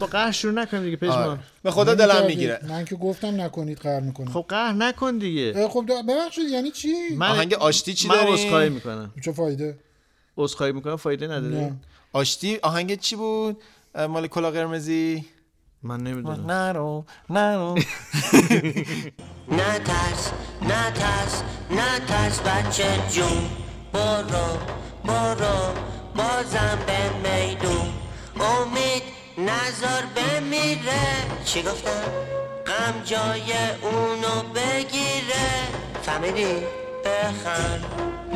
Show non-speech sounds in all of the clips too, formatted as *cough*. با قهر شروع نکنیم دیگه پژمان آره. به خدا دلم نمی‌کردی. میگیره من که گفتم نکنید قهر میکنم خب قهر نکن دیگه اه، خب دا- ببخشید یعنی چی من آهنگ آشتی چی من داری؟ عذرخواهی میکنم چه فایده عذرخواهی میکنم فایده نداره نه. آشتی آهنگ چی بود اه، مال کلا قرمزی من نمیدونم نرو *laughs* نرو نترس نترس نترس بچه جون برو برو بازم به میدون امید نظر بمیره چی گفتم؟ غم جای اونو بگیره فهمیدی؟ بخند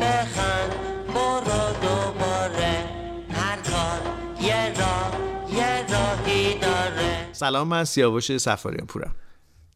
بخند برو دوباره هر کار یه راه یه راهی داره سلام من سیاوش سفاریان پورم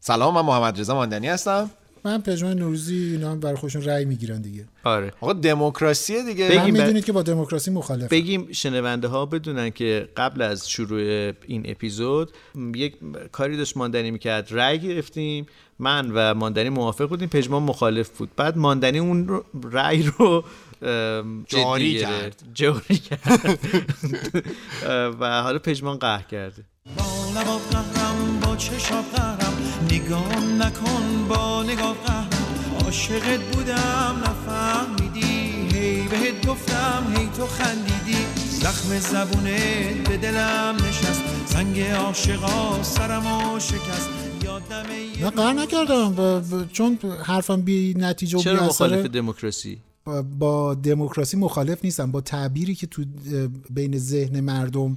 سلام من محمد رضا ماندنی هستم من پژمان نوروزی اینا هم برای خودشون رأی میگیرن دیگه آره آقا دموکراسی دیگه بگی. من بگیم بر- میدونید که با دموکراسی مخالف بگیم شنونده ها بدونن که قبل از شروع این اپیزود م، یک م- کاری داشت ماندنی میکرد رأی گرفتیم من و ماندنی موافق بودیم پژمان مخالف بود بعد ماندنی اون رو- رأی رو ام، جدی جاری گرفت. کرد. جاری کرد *laughs* اه، و حالا پژمان قهر کرده با لبات قهرم با چشاب قهرم نگام نکن با نگاه قهرم عاشقت بودم نفهمیدی هی بهت گفتم هی تو خندیدی زخم زبونت به دلم نشست سنگ عاشقا سرمو شکست یادم یه نه قهر نکردم ب- ب- چون حرفم بی نتیجه و بی چرا اثره، مخالف دموکراسی ب- با دموکراسی مخالف نیستم با تعبیری که تو اه، بین ذهن مردم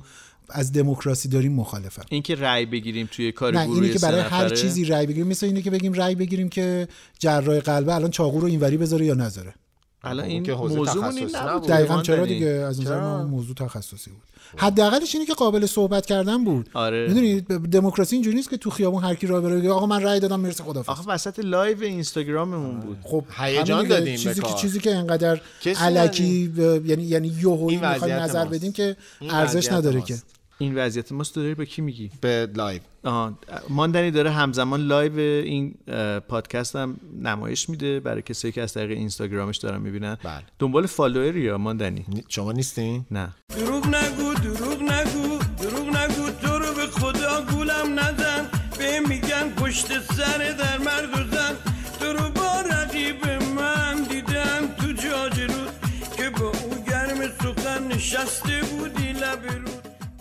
از دموکراسی داریم مخالفم اینکه رأی بگیریم توی کار نه گروهی اینی که برای سه هر نفره؟ چیزی رأی بگیریم مثل اینه که بگیم رأی بگیریم که جراح قلبه الان چاقو رو اینوری بذاره یا نذاره الان این که حوزه موضوعمون این تخصصی نبود نبود. دقیقا چرا ماندنی. دیگه از نظر من موضوع تخصصی بود حداقلش اینه که قابل صحبت کردن بود آره. میدونید دموکراسی اینجوری نیست که تو خیابون هر کی راه بره بگه آقا من رأی دادم مرسی خدافظ آخه وسط لایو اینستاگراممون بود خب هیجان همین دادیم دیگه. به چیزی که کار. چیزی که انقدر کسی علکی ب- یعنی یعنی یوهویی این میخوایم وضعیت نظر ماست. بدیم که این ارزش وضعیت نداره ماست. که این وضعیت ماست تو داری به کی میگی به لایو آها ماندنی داره همزمان لایو این اه، پادکست هم نمایش میده برای کسایی که از طریق اینستاگرامش دارن میبینن بله. دنبال فالووری یا ماندنی نی- شما نیستین نه دروغ نگو دروغ نگو دروغ نگو تو رو به خدا گولم نزن به میگن پشت سر در مرد و زن تو رو با رقیب من دیدم تو جاجرود که با او گرم سخن نشسته بودی لب رود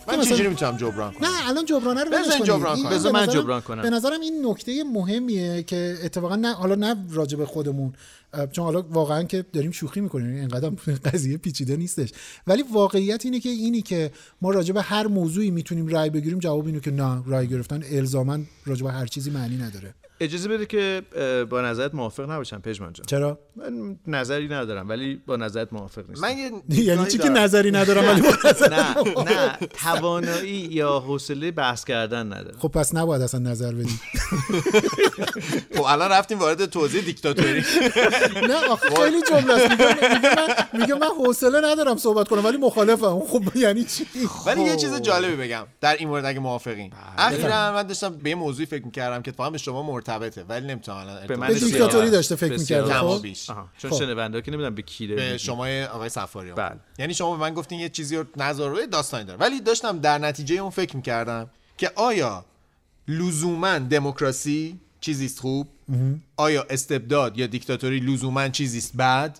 من چجوری میتونم جبران کنم نه الان جبرانه رو ولش بزن کنید. جبران این- کنم. به بذار من نظرم- جبران کنم. به نظرم این نکته مهمیه که اتفاقا نه حالا نه راجع به خودمون اه، چون حالا واقعا که داریم شوخی میکنیم اینقدر *laughs* قضیه پیچیده نیستش ولی واقعیت اینه که اینی که ما راجع به هر موضوعی میتونیم رأی بگیریم جواب اینه که نه رأی گرفتن الزاما راجع به هر چیزی معنی نداره اجازه بده که اه، با نظرت موافق نباشم پژمان جان چرا من نظری ندارم ولی با نظرت موافق نیستم من یه یعنی دیدگاهی چی که دارم. نظری ندارم ولی *laughs* با نظر- نه نه توانایی یا حوصله بحث کردن ندارم خب پس نباید اصلا نظر *laughs* بدیم خب الان رفتیم وارد توضیح دیکتاتوری نه آخه خیلی جمله است میگه میگه من میگه من حوصله ندارم صحبت کنم ولی مخالفم خب یعنی چی ولی یه چیز جالبی بگم در این مورد اگه موافقین اخیرا من داشتم به یه موضوعی فکر میکردم که اتفاقا به شما مرتبطه ولی نمیتونم الان به ارتباط من به بدم. بسیار- دیکتاتوری داشته فکر بسیار. می‌کرده، کم و خب. بیش. آها چون خب. شنونده که نمیدونم به کی داره به میگی. شما آقای سفاریان بله. یعنی شما به من گفتین یه چیزی رو نظر رو داستانی داره ولی داشتم در نتیجه اون فکر میکردم که آیا لزوما دموکراسی چیزیست خوب آیا استبداد یا دیکتاتوری لزوما چیزیست بد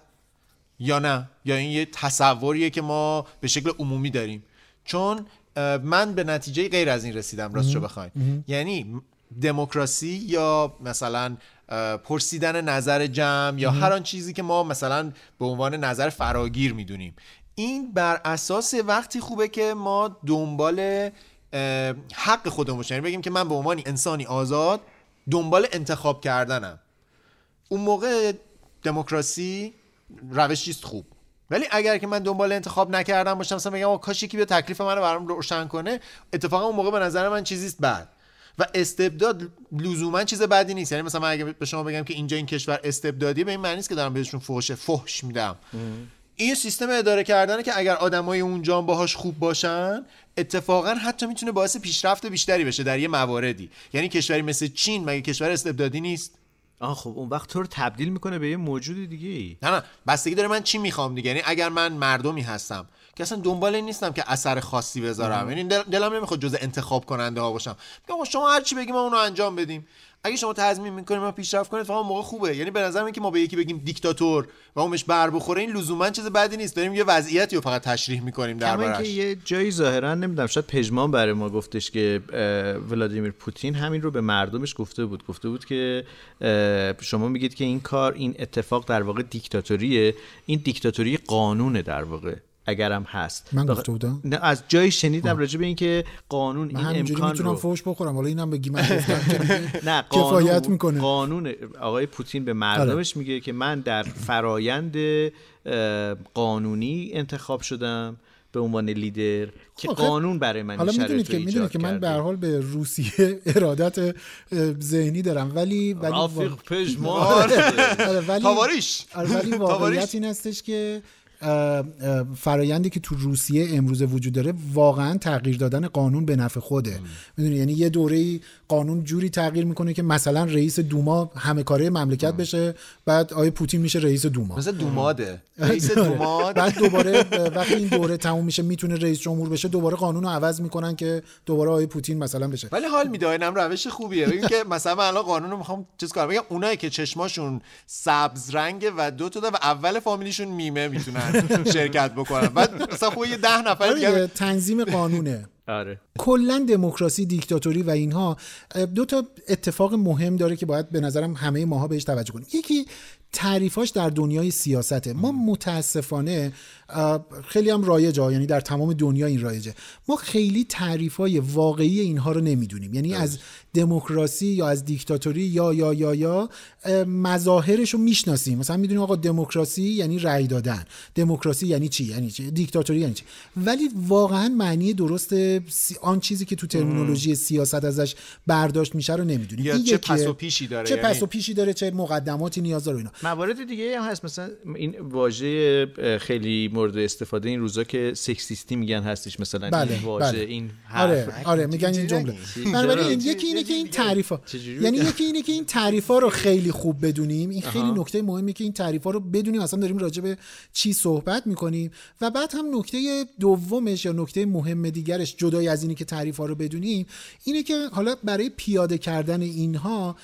یا نه یا این یه تصوریه که ما به شکل عمومی داریم چون اه، من به نتیجه غیر از این رسیدم راستشو بخواین یعنی م- دموکراسی یا مثلا اه، پرسیدن نظر جمع یا هر آن چیزی که ما مثلا به عنوان نظر فراگیر میدونیم این بر اساس وقتی خوبه که ما دنبال اه، حق خودمون باشیم. یعنی بگیم که من به عنوان انسانی آزاد دنبال انتخاب کردنم اون موقع دموکراسی روشی است خوب ولی اگر که من دنبال انتخاب نکردم باشم مثلا بگم آقا کاش یکی بیا تکلیف منو برام روشن کنه اتفاقا اون موقع به نظر من چیزیست بد و استبداد لزوما چیز بدی نیست یعنی مثلا من اگه به شما بگم که اینجا این کشور استبدادیه به این معنی نیست که دارم بهشون فحش فحش میدم این سیستم اداره کردنه که اگر آدمای اونجا هم باهاش خوب باشن اتفاقا حتی میتونه باعث پیشرفت بیشتری بشه در یه مواردی یعنی کشوری مثل چین مگه کشور استبدادی نیست آه خب اون وقت تو رو تبدیل میکنه به یه موجود دیگه ای نه نه بستگی داره من چی میخوام دیگه یعنی اگر من مردمی هستم که اصلا دنبال این نیستم که اثر خاصی بذارم یعنی دل- دلم نمیخواد جز انتخاب کننده ها باشم میگم آقا شما هر چی بگی ما اونو انجام بدیم اگه شما تضمین میکنید ما پیشرفت کنید فقط اون موقع خوبه یعنی به نظر من که ما به یکی بگیم دیکتاتور و اونش بر بخوره این لزوما چیز بدی نیست داریم یه وضعیتی رو فقط تشریح میکنیم کما که دربارش یه جایی ظاهرا نمیدونم شاید پژمان برای ما گفتش که اه، ولادیمیر پوتین همین رو به مردمش گفته بود گفته بود که اه، شما میگید که این کار این اتفاق در واقع دیکتاتوریه این دیکتاتوری قانونه در واقع اگرم هست من بخ- گفته بودم؟ نه از جایی شنیدم راجع به اینکه قانون این من همینجوری امکان میتونم رو یعنی فوش بخورم حالا اینم بگی من گفتم که *laughs* دیگه *laughs* نه قانون کفایت میکنه بله. قانون آقای پوتین به مردمش میگه که من در فرایند اه، قانونی انتخاب شدم به عنوان لیدر که آخه، قانون برای من خب، حالا این شرایط میدونید رو که میدونید ایجاد که من به کرده. هر حال به روسیه *laughs* ارادت اه، ذهنی دارم ولی ولی رافیق پژمان *laughs* آره، آره، ولی تاواریش. *laughs* آره، ولی تاواریش. واقعیت این هستش که اه، اه، فرایندی که تو روسیه امروزه وجود داره واقعا تغییر دادن قانون به نفع خوده میدونی یعنی یه دوره قانون جوری تغییر میکنه که مثلا رئیس دوما همه کاره مملکت بشه بعد آیه پوتین میشه رئیس دوما مثل دوماده رئیس آره. دوماد بعد دوباره اه، وقتی این دوره تموم میشه میتونه رئیس جمهور بشه دوباره قانون رو عوض میکنن که دوباره آیه پوتین مثلا بشه ولی حال میده اینم روش خوبیه بگیم که مثلا من الان قانون رو میخوام چیز کنم بگم اونایی که چشماشون سبز رنگه و دو تا و اول فامیلیشون میمه *laughs* میتونن شرکت بکنن بعد مثلا خب یه ده نفر آره، دیگه تنظیم قانونه آره کلا دموکراسی دیکتاتوری و اینها اه، دو تا اتفاق مهم داره که باید به نظرم همه ماها بهش توجه کنیم یکی تعریفاش در دنیای سیاسته ما متاسفانه اه، خیلی هم رایجه ها، یعنی در تمام دنیا این رایجه ما خیلی تعریفای واقعی اینها رو نمیدونیم یعنی از دموکراسی یا از دیکتاتوری یا یا یا یا اه، مظاهرش رو میشناسیم مثلا میدونیم آقا دموکراسی یعنی رأی دادن دموکراسی یعنی چی یعنی چی دیکتاتوری یعنی چی ولی واقعا معنی درست سی- آن چیزی که تو ترمینولوژی سیاست ازش برداشت میشه رو نمیدونیم یا این چه یکیه. پس و پیشی داره، چه یعنی. پس و پیشی داره چه مقدماتی نیاز داره اینا موارد دیگه هم هست مثلا این واژه اه، خیلی مورد استفاده این روزا که سکسیستی میگن هستش مثلا بله این واژه بله این حرف آره آره میگن این جمله بنابراین یکی اینه که این تعریفا یعنی یکی اینه که این تعریفا رو خیلی خوب بدونیم این خیلی نکته مهمی که این تعریفا رو بدونیم اصلا داریم راجع به چی صحبت میکنیم و بعد هم نکته دومش یا نکته مهم دیگرش جدای از اینی که تعریفا رو بدونیم اینه که حالا برای پیاده کردن اینها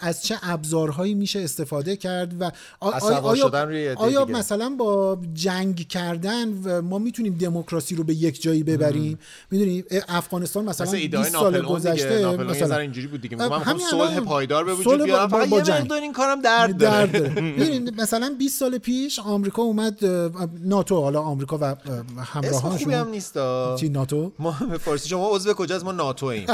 از چه ابزارهایی میشه استفاده کرد و آ- آ- سوار آیا, شدن روی عده آیا دیگه. مثلا با جنگ کردن و ما میتونیم دموکراسی رو به یک جایی ببریم میدونی افغانستان مثلا مثل ایده 20 های سال ناپلئون دیگه گذشته ناپلئون یه ذره مثلا اینجوری بود دیگه میگم من میخوام همین صلح الان پایدار به صلح وجود با- بیارم با- فقط با یه جنگ. مقدار این کارم درد در داره داره *laughs* می‌دونی، مثلا 20 سال پیش آمریکا اومد اه، ناتو حالا آمریکا و اه، اسم خوبی هم همراهانشون نیستا چی ناتو ما به فارسی شما عضو کجاست ما ناتو *laughs* ایم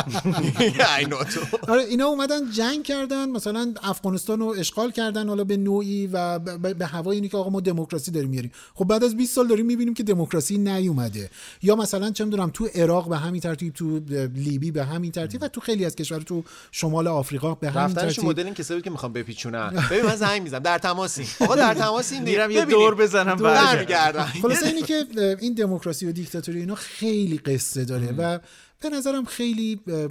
ای ناتو آره اینا اومدن جنگ کردن مثلا افغانستان رو اشغال کردن حالا به نوعی و ب- ب- به هوای اینه که آقا ما دموکراسی داریم میاریم خب بعد از 20 سال داریم میبینیم که دموکراسی نیومده یا مثلا چه میدونم تو عراق به همین ترتیب تو لیبی به همین ترتیب و تو خیلی از کشور تو شمال آفریقا به همین رفتنش ترتیب مدل این کسایی بود که میخوام بپیچونم ببین من زنگ میزنم در تماسیم آقا در تماسیم دیگه. میرم یه ببینیم. دور بزنم برگردم. برمیگردم خلاصه اینی که اه، این دموکراسی و دیکتاتوری اینا خیلی قصه داره و به نظرم خیلی اه، اه،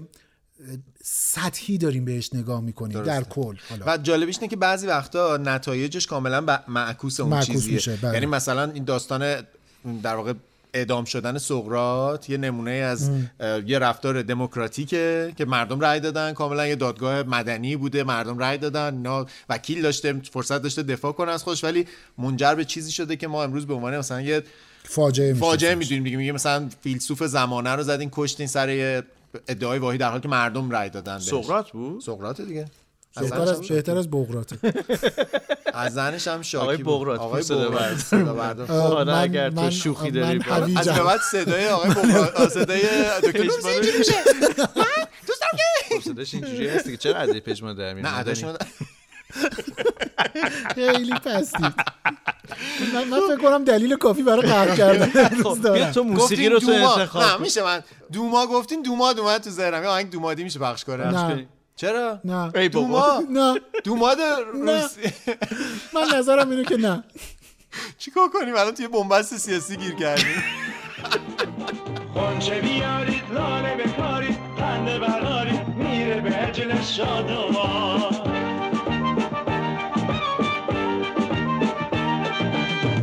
سطحی داریم بهش نگاه میکنیم در کل حالا. و جالبیش اینه که بعضی وقتا نتایجش کاملا ب- معکوس اون معکوس چیزیه میشه، بله. یعنی مثلا این داستان در واقع اعدام شدن سقراط یه نمونه از اه، یه رفتار دموکراتیکه که مردم رأی دادن کاملا یه دادگاه مدنی بوده مردم رأی دادن اینا وکیل داشته فرصت داشته دفاع کنه از خودش ولی منجر به چیزی شده که ما امروز به عنوان مثلا یه فاجعه میشه فاجعه میدونیم دیگه میگه مثلا فیلسوف زمانه رو زدین کشتین سر یه ادعای واهی در حالی که مردم رأی دادن بهش. سقراط *laughs* بود سقراط دیگه از بهتر از بهتر از بغراته از زنش هم شاکی آقای بود. بغرات، آقای صدا بغرات، بردار. *laughs* صدا بردار. حالا من- آره، اگر تو من- شوخی من داری با- حویج از به هم. بعد صدای آقای بغرات آه، صدای *laughs* دکتر نوروزی اینجوری میشه خب، صداش اینجوری هست که چرا عده پژمان در میاد نه اداش مدنی. خیلی پستید من, من فکر کنم دلیل کافی برای قهر کردن *laughs* خب، امروز بیا دارم تو موسیقی رو تو نه انتخاب کن. میشه من دوما گفتین دوما اومد تو ذهنم یه آهنگ دودی میشه پخش کنه نه. کنی. چرا نه ای بابا دوما نه *laughs* دوماد روسی *laughs* من نظرم اینه که *laughs* نه چیکار کنیم الان توی بنبست سیاسی گیر کردیم *laughs* قنچه بیارید لاله بکارید پنده برارید میره به عجل شادمان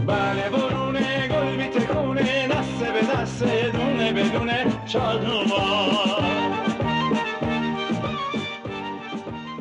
بله برونه گل میتکونه نسل بدون شادومان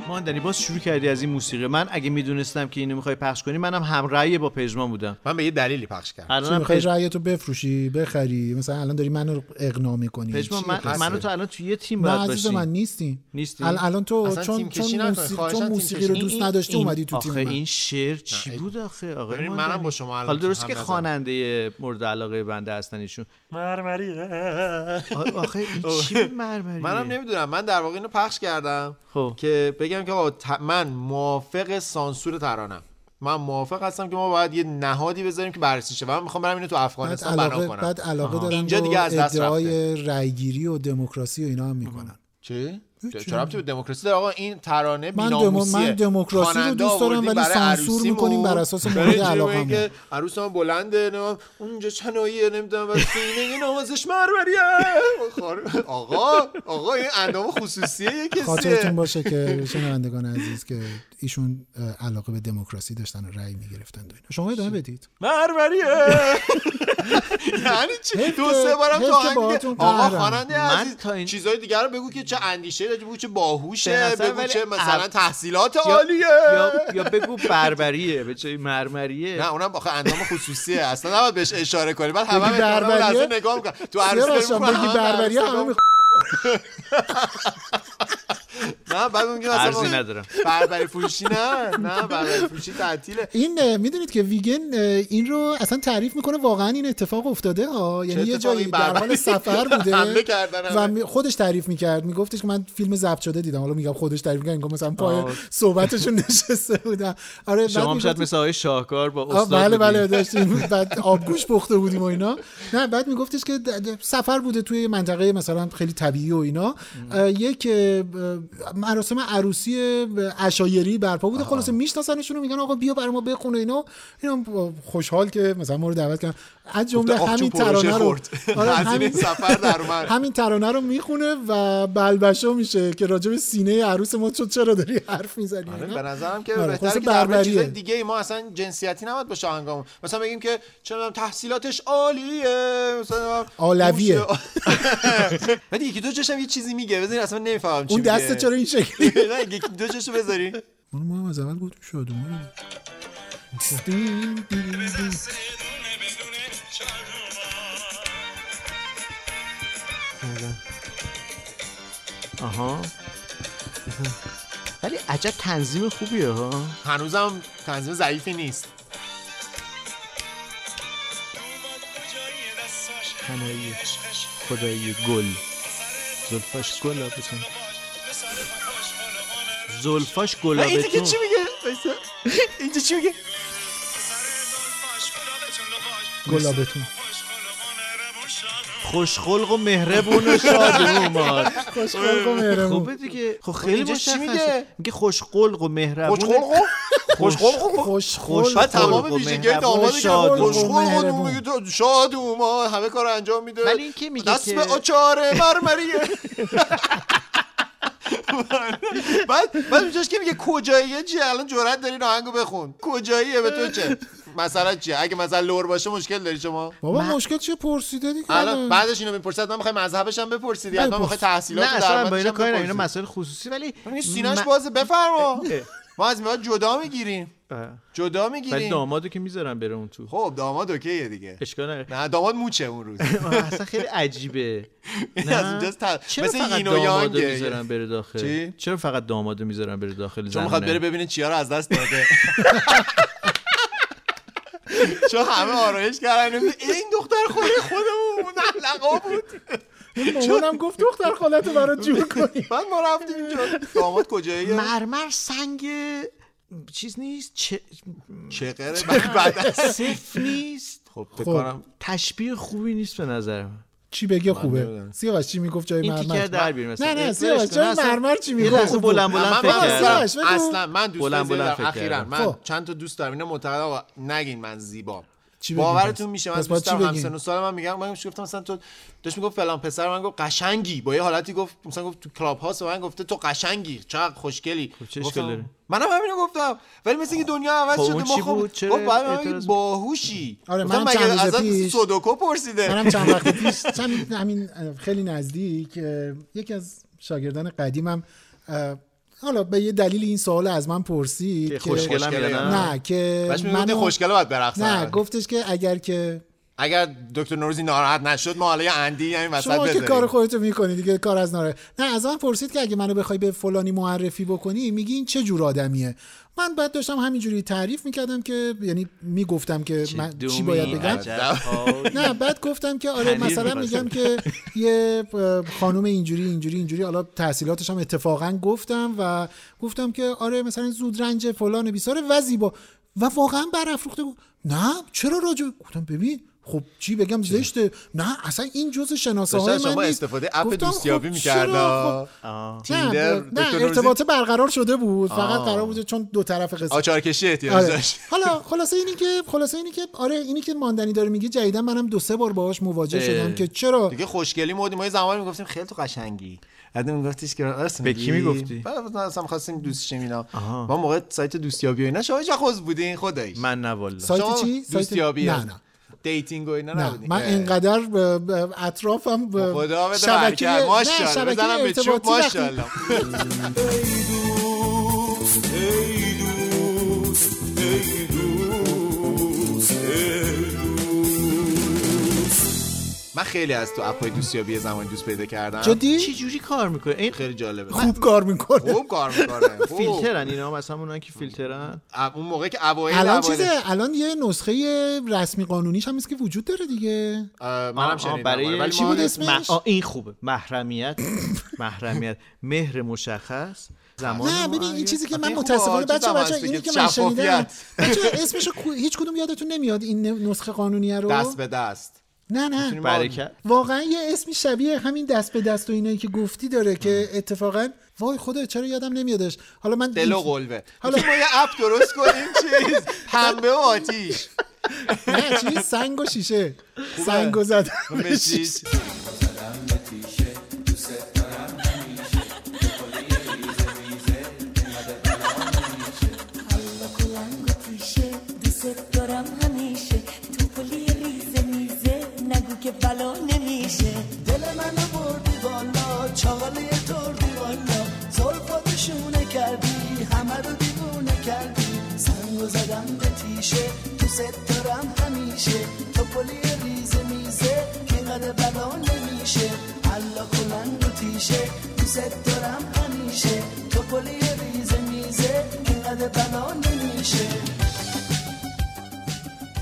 ماندنی باز شروع کردی از این موسیقی من اگه میدونستم که اینو میخوای پخش کنی منم هم رأی با پژمان بودم من به یه دلیلی پخش کردم چی الانم میخوای پژ- رأی تو بفروشی بخری مثلا الان داری منو اقناع میکنی پژمان من پسه؟ منو تو الان تو یه تیم نه باید عزیز باشی من نیستیم نیستیم؟ ال- الان تو اصلا چون تیم کشی چون, نکنی. موسیقی- خواهشاً چون تیم موسیقی کشی. رو این- دوست نداشتی این- اومدی تو آخه تیم من این شعر چی بود آخه آقای ببین، ماندنی؟ منم با شما الان حالا درست هم که نزنم. خواننده مورد علاقه بنده هستن ایشون مرمری آخه این *laughs* چی بود مرمری منم نمیدونم من در واقع اینو پخش کردم خب. که بگم که آقا ت- من موافق سانسور ترانم من موافق هستم که ما باید یه نهادی بذاریم که بررسی شه و من میخوام برم اینو تو بعد افغانستان بنا علاقه کنم بعد علاقه دارن اینجا با دیگه از دست ادعای رأیگیری و دموکراسی و اینا هم میکنن چی؟ چرا ربطی به دموکراسی داره آقا این ترانه من دمو- بی‌ناموسیه. من دموکراسی رو خواننده دوست دارم، آوردیم ولی برای سانسور عروسیمون. می‌کنیم بر اساس مورد برای جنوبه علاقه‌مون. که عروسم بلنده نمی‌دونم اونجا چناییه نمیدونم و سینه نوازش مرمریه آقا آقا این اندام خصوصیه یه خاطرتون کسیه باشه که شنوندگان عزیز که ایشون اه، علاقه به دموکراسی داشتن و رأی میگرفتن و اینا شما ادامه بدید مرمریه یعنی چی حیف دو سه که- بارم تو حیف که آهنگ میگه، باهاتون آقا قهرم. خواننده من عزیز تا این- چیزای دیگه رو بگو که چه اندیشه داره بگو چه به باهوشه نظر بگو ولی چه مثلا اول- تحصیلات یا- عالیه یا, یا بگو بربریه به چه مرمریه نه اونم آخه اندام خصوصیه اصلا نباید بهش اشاره کنی بعد همه بگی هم احتمالاً بربریه؟ لحظه نگاه میکنن تو عروسی سیاه داری باشم، می‌کنن، بگی همه عروسی *laughs* بربریه، نگاه همه می‌کنن. نه بعد میگن ارزی ندارم. بربری فروشی نه نه بربری فروشی تعطیله این اه، میدونید که ویگن اه، این رو اصلا تعریف میکنه واقعا این اتفاق افتاده ها یعنی یه اتفاقی جایی در حال بربری؟ سفر *laughs* بوده حمله کردن و همه. می- خودش تعریف میکرد میگفتش که من فیلم ضبط شده دیدم حالا میگم خودش تعریف میکرد انگار مثلا پای آه. صحبتشون نشسته بودم آره بعد شما هم شاید می‌گفت- مثل آقای شاهکار با آه، استاد بله بودین. بله داشتیم *laughs* بعد آبگوش پخته بودیم و اینا نه بعد میگفتش که د- د- سفر بوده توی منطقه مثلا خیلی طبیعی و اینا اه، یک اه، مراسم عروسی عشایری برپا بوده خلاص میشناسنشون و میگن آقا بیا برای ما بخون و اینا اینا خوشحال که مثلا ما رو دعوت کردن از جمله آخ، چون همین پروژه ترانه رو خورد. آره، هزینه همین- سفر در اومد. *laughs* همین ترانه رو میخونه و بلبشو میشه که راجع به سینه عروس ما شد چرا داری حرف میزنی به نظرم که آره، بهتره خلاصه که در مورد بربریه. چیزای دیگه ای ما اصلا جنسیتی نباید باشه آهنگامون مثلا بگیم که چه می‌دونم تحصیلاتش عالیه مثلا عالویه. *laughs* بعد یکی دو چشم یه چیزی میگه بزنین اصلا نمیفهمم چی اون میگه. دست چرا این شکلی *laughs* نه یکی دو چشم بذاری اون ما هم از اول گفتیم شادومان آها ولی بله. عجب تنظیم خوبیه ها هنوزم تنظیم ضعیفی نیست تنهایی خدای گل زلفاش گلا بتون زلفاش نه، گلا این دیگه بتون چی میگه وایسا. اینجا چی میگه گلابتون خوشخلق و مهربون و شادمون *laughs* مار خوشخلق و مهربون خوبه دیگه خب خیلی اینجا چی مشخصه میگه؟ میگه خوشخلق و مهربون خوشخلقو خوشخلقو خوشخلق بعد خوشخلق. *laughs* تمام و ویژگی مهربون داماد و که شاد و خوشخلقو مهربون. میگه تو شاد ما همه کار انجام میده ولی این که میگه دست که- به آچار *laughs* مرمریه بعد بعد اونجاش که میگه کجاییه چی الان جرأت داری این آهنگو بخون کجاییه به تو چه مثلا چیه اگه مثلا لور باشه مشکل داری شما بابا مشکل چیه پرسیده دیگه بله. الان بعدش اینو میپرسید من میخوای مذهبش هم بپرسید بپرس. حتما میخوای نه تحصیلات اصلا با درمانش اینا هم کاری ندارم. اینا بپرسی مسائل خصوصی ولی خب این سینه‌ش م- بازه *laughs* بفرما اه. ما از این به بعد جدا میگیریم اه. *laughs* جدا ولی میگیریم دامادو که میذارم بره اون تو خب داماد اوکیه دیگه اشکال *laughs* نداره نه داماد موچه اون روز آه، اصلا خیلی عجیبه این نه. *laughs* از اونجاست تا... چرا مثل فقط این و دامادو یانگه میذارن بره داخل چی؟ چرا فقط دامادو میذارن بره داخل چون میخواد زنونه؟ بره ببینه چیا رو از دست *laughs* داده چون همه آرایش کردن این دختر خود خودمون نلقا بود مامانم گفت دختر خالتو برات *laughs* جور کنی بعد ما رفتیم اینجا داماد کجاییه مرمر سنگ چیز نیست چه... چقره بعد بعد خب. *laughs* صف نیست خب فکر کنم تشبیه خوبی نیست به نظر من چی بگه خوبه نمیدونم. سیاوش چی میگفت جای این تیکر در مرمر بیاریم نه نه اصلا. سیاوش جای اصلا- مرمر چی یه میگفت لحظه خوب بود. بلند بلند من, فکر من کردم سیاوش، اصلا, بگو. اصلا من دوست بلند بلند بلند فکر اخیرا کردم. من خب. چند تا دوست دارم اینا معتقد آقا نگین من زیبا چی بگیم پس؟ باورتون میشه من پس باید چی دوستم بگیم؟ همسن و سال من میگم من بهش گفتم مثلا تو داشت میگفت فلان پسر من گفت قشنگی با یه حالتی گفت مثلا گفت تو کلاب هاست به من گفته تو قشنگی چقدر خوشگلی خب چه گفتم- اشکال داره؟ منم همینو گفتم ولی مثل اینکه دنیا عوض خب شده اون ما چی خب بود؟ گفت چرا باید به من بگی اعتراض- باهوشی آره، گفتم منم مگه چند روز ازت پیش- سودوکو پرسیده منم *laughs* چند وقت پیش همین همین خیلی نزدیک اه، یکی از شاگردان قدیمم اه، حالا به یه دلیل این سوال از من پرسید که که خوشگلم یا نه, نه که باش میگفت منو خوشگله باید برقصن نه گفتش که اگر که اگر دکتر نوروزی ناراحت نشد ما حالا یه اندی همین وسط شما که بذاریم کار خودتو میکنی دیگه کار از ناره نه از من پرسید که اگه منو بخوای به فلانی معرفی بکنی میگی این چه جور آدمیه من بعد داشتم همینجوری تعریف میکردم که یعنی میگفتم که من چی دومی، باید بگم عجب حال. نه بعد گفتم که آره پنیر مثلا می‌خواستم. میگم که یه اه، خانم اینجوری اینجوری اینجوری حالا تحصیلاتش هم اتفاقا گفتم و گفتم که آره مثلا زودرنج فلان بیساره و زیبا و واقعا برافروخته گفت نه چرا راجع به- گفتم ببین خب چی بگم زشته نه اصلا این جزء شناسه های داشتن من شما نیست استفاده اپ گفتم دوستیابی خب می‌کرد چرا؟ خب تیندر، نه, نه دکتر نوروزی؟ ارتباط برقرار شده بود فقط قرار بود چون دو طرف قصه آچار کشی احتیاج آره. داشت حالا خلاصه اینی که خلاصه اینی که آره اینی که ماندنی داره میگه جدیدا منم دو سه بار باهاش مواجه اه. شدم که چرا دیگه خوشگلی مودی ما یه زمانی میگفتیم خیلی تو قشنگی بعد میگفتیش که راست به کی می‌گفتی؟ بعد مثلا خواستیم دوستشیم اینا آها. ما موقع سایت دوستیابی و اینا شما چه خوز بودین خداییش من نه والا سایت شما چی سایت دوستیابی نه نه دیتینگ و اینا نه نبودین؟ من اه. انقدر به- به اطرافم به خدا بده شبکه برکت نه ماشاءالله شبکه بزنم به چوب ارتباطی وقتی- *laughs* ماشاءالله من خیلی از تو اپای دوستیابی یه زمانی دوست پیدا کردم چی جدی جوری کار میکنه این خیلی جالبه من خوب کار میکنه خوب کار *laughs* میکنه فیلترن اینا مثلا اونایی که فیلترن اون موقع که اوایل الان اوایل- چیزه الان یه نسخه رسمی قانونیش هم هست که وجود داره دیگه اه، آه، منم آه، شنیدم آره، برای ولی چی ما- بود اسمش؟ مح- آه، این خوبه *laughs* محرمیت محرمیت مهر مشخص زمان نه ببین این معین. چیزی که آخه من خب، این خوبه، متاسفانه آجیب بچه هم بچه هست اینی دیگه، که من شفافیت. شنیدم بچه اسمشو کو- هیچ کدوم یادتون نمیاد این نسخه قانونیه رو دست به دست نه نه برکت واقعا یه اسمی شبیه همین دست به دست و اینایی که گفتی داره که اتفاقا وای خدا چرا یادم نمیادش حالا من دل و قلبه حالا- حالا ما یه اپ درست کنیم چیز پنبه و آتیش نه چیز سنگ و شیشه سنگ و زدن به شیشه. بشید کلنگ و تیشه دوست دارم همیشه تو پلی ریزه میزه نگو که بلا نمیشه دل منو بردی بالا چاقاله توردی بالا زلفاتشونه کردی همه رو دیوونه کردی سنگو زدم به تیشه دوست دارم همیشه تو پلی ریزه میزه که قد بلا نمیشه الله کلنگ و تیشه دوست دارم همیشه تو پلی ریزه میزه که قد بلا نمیشه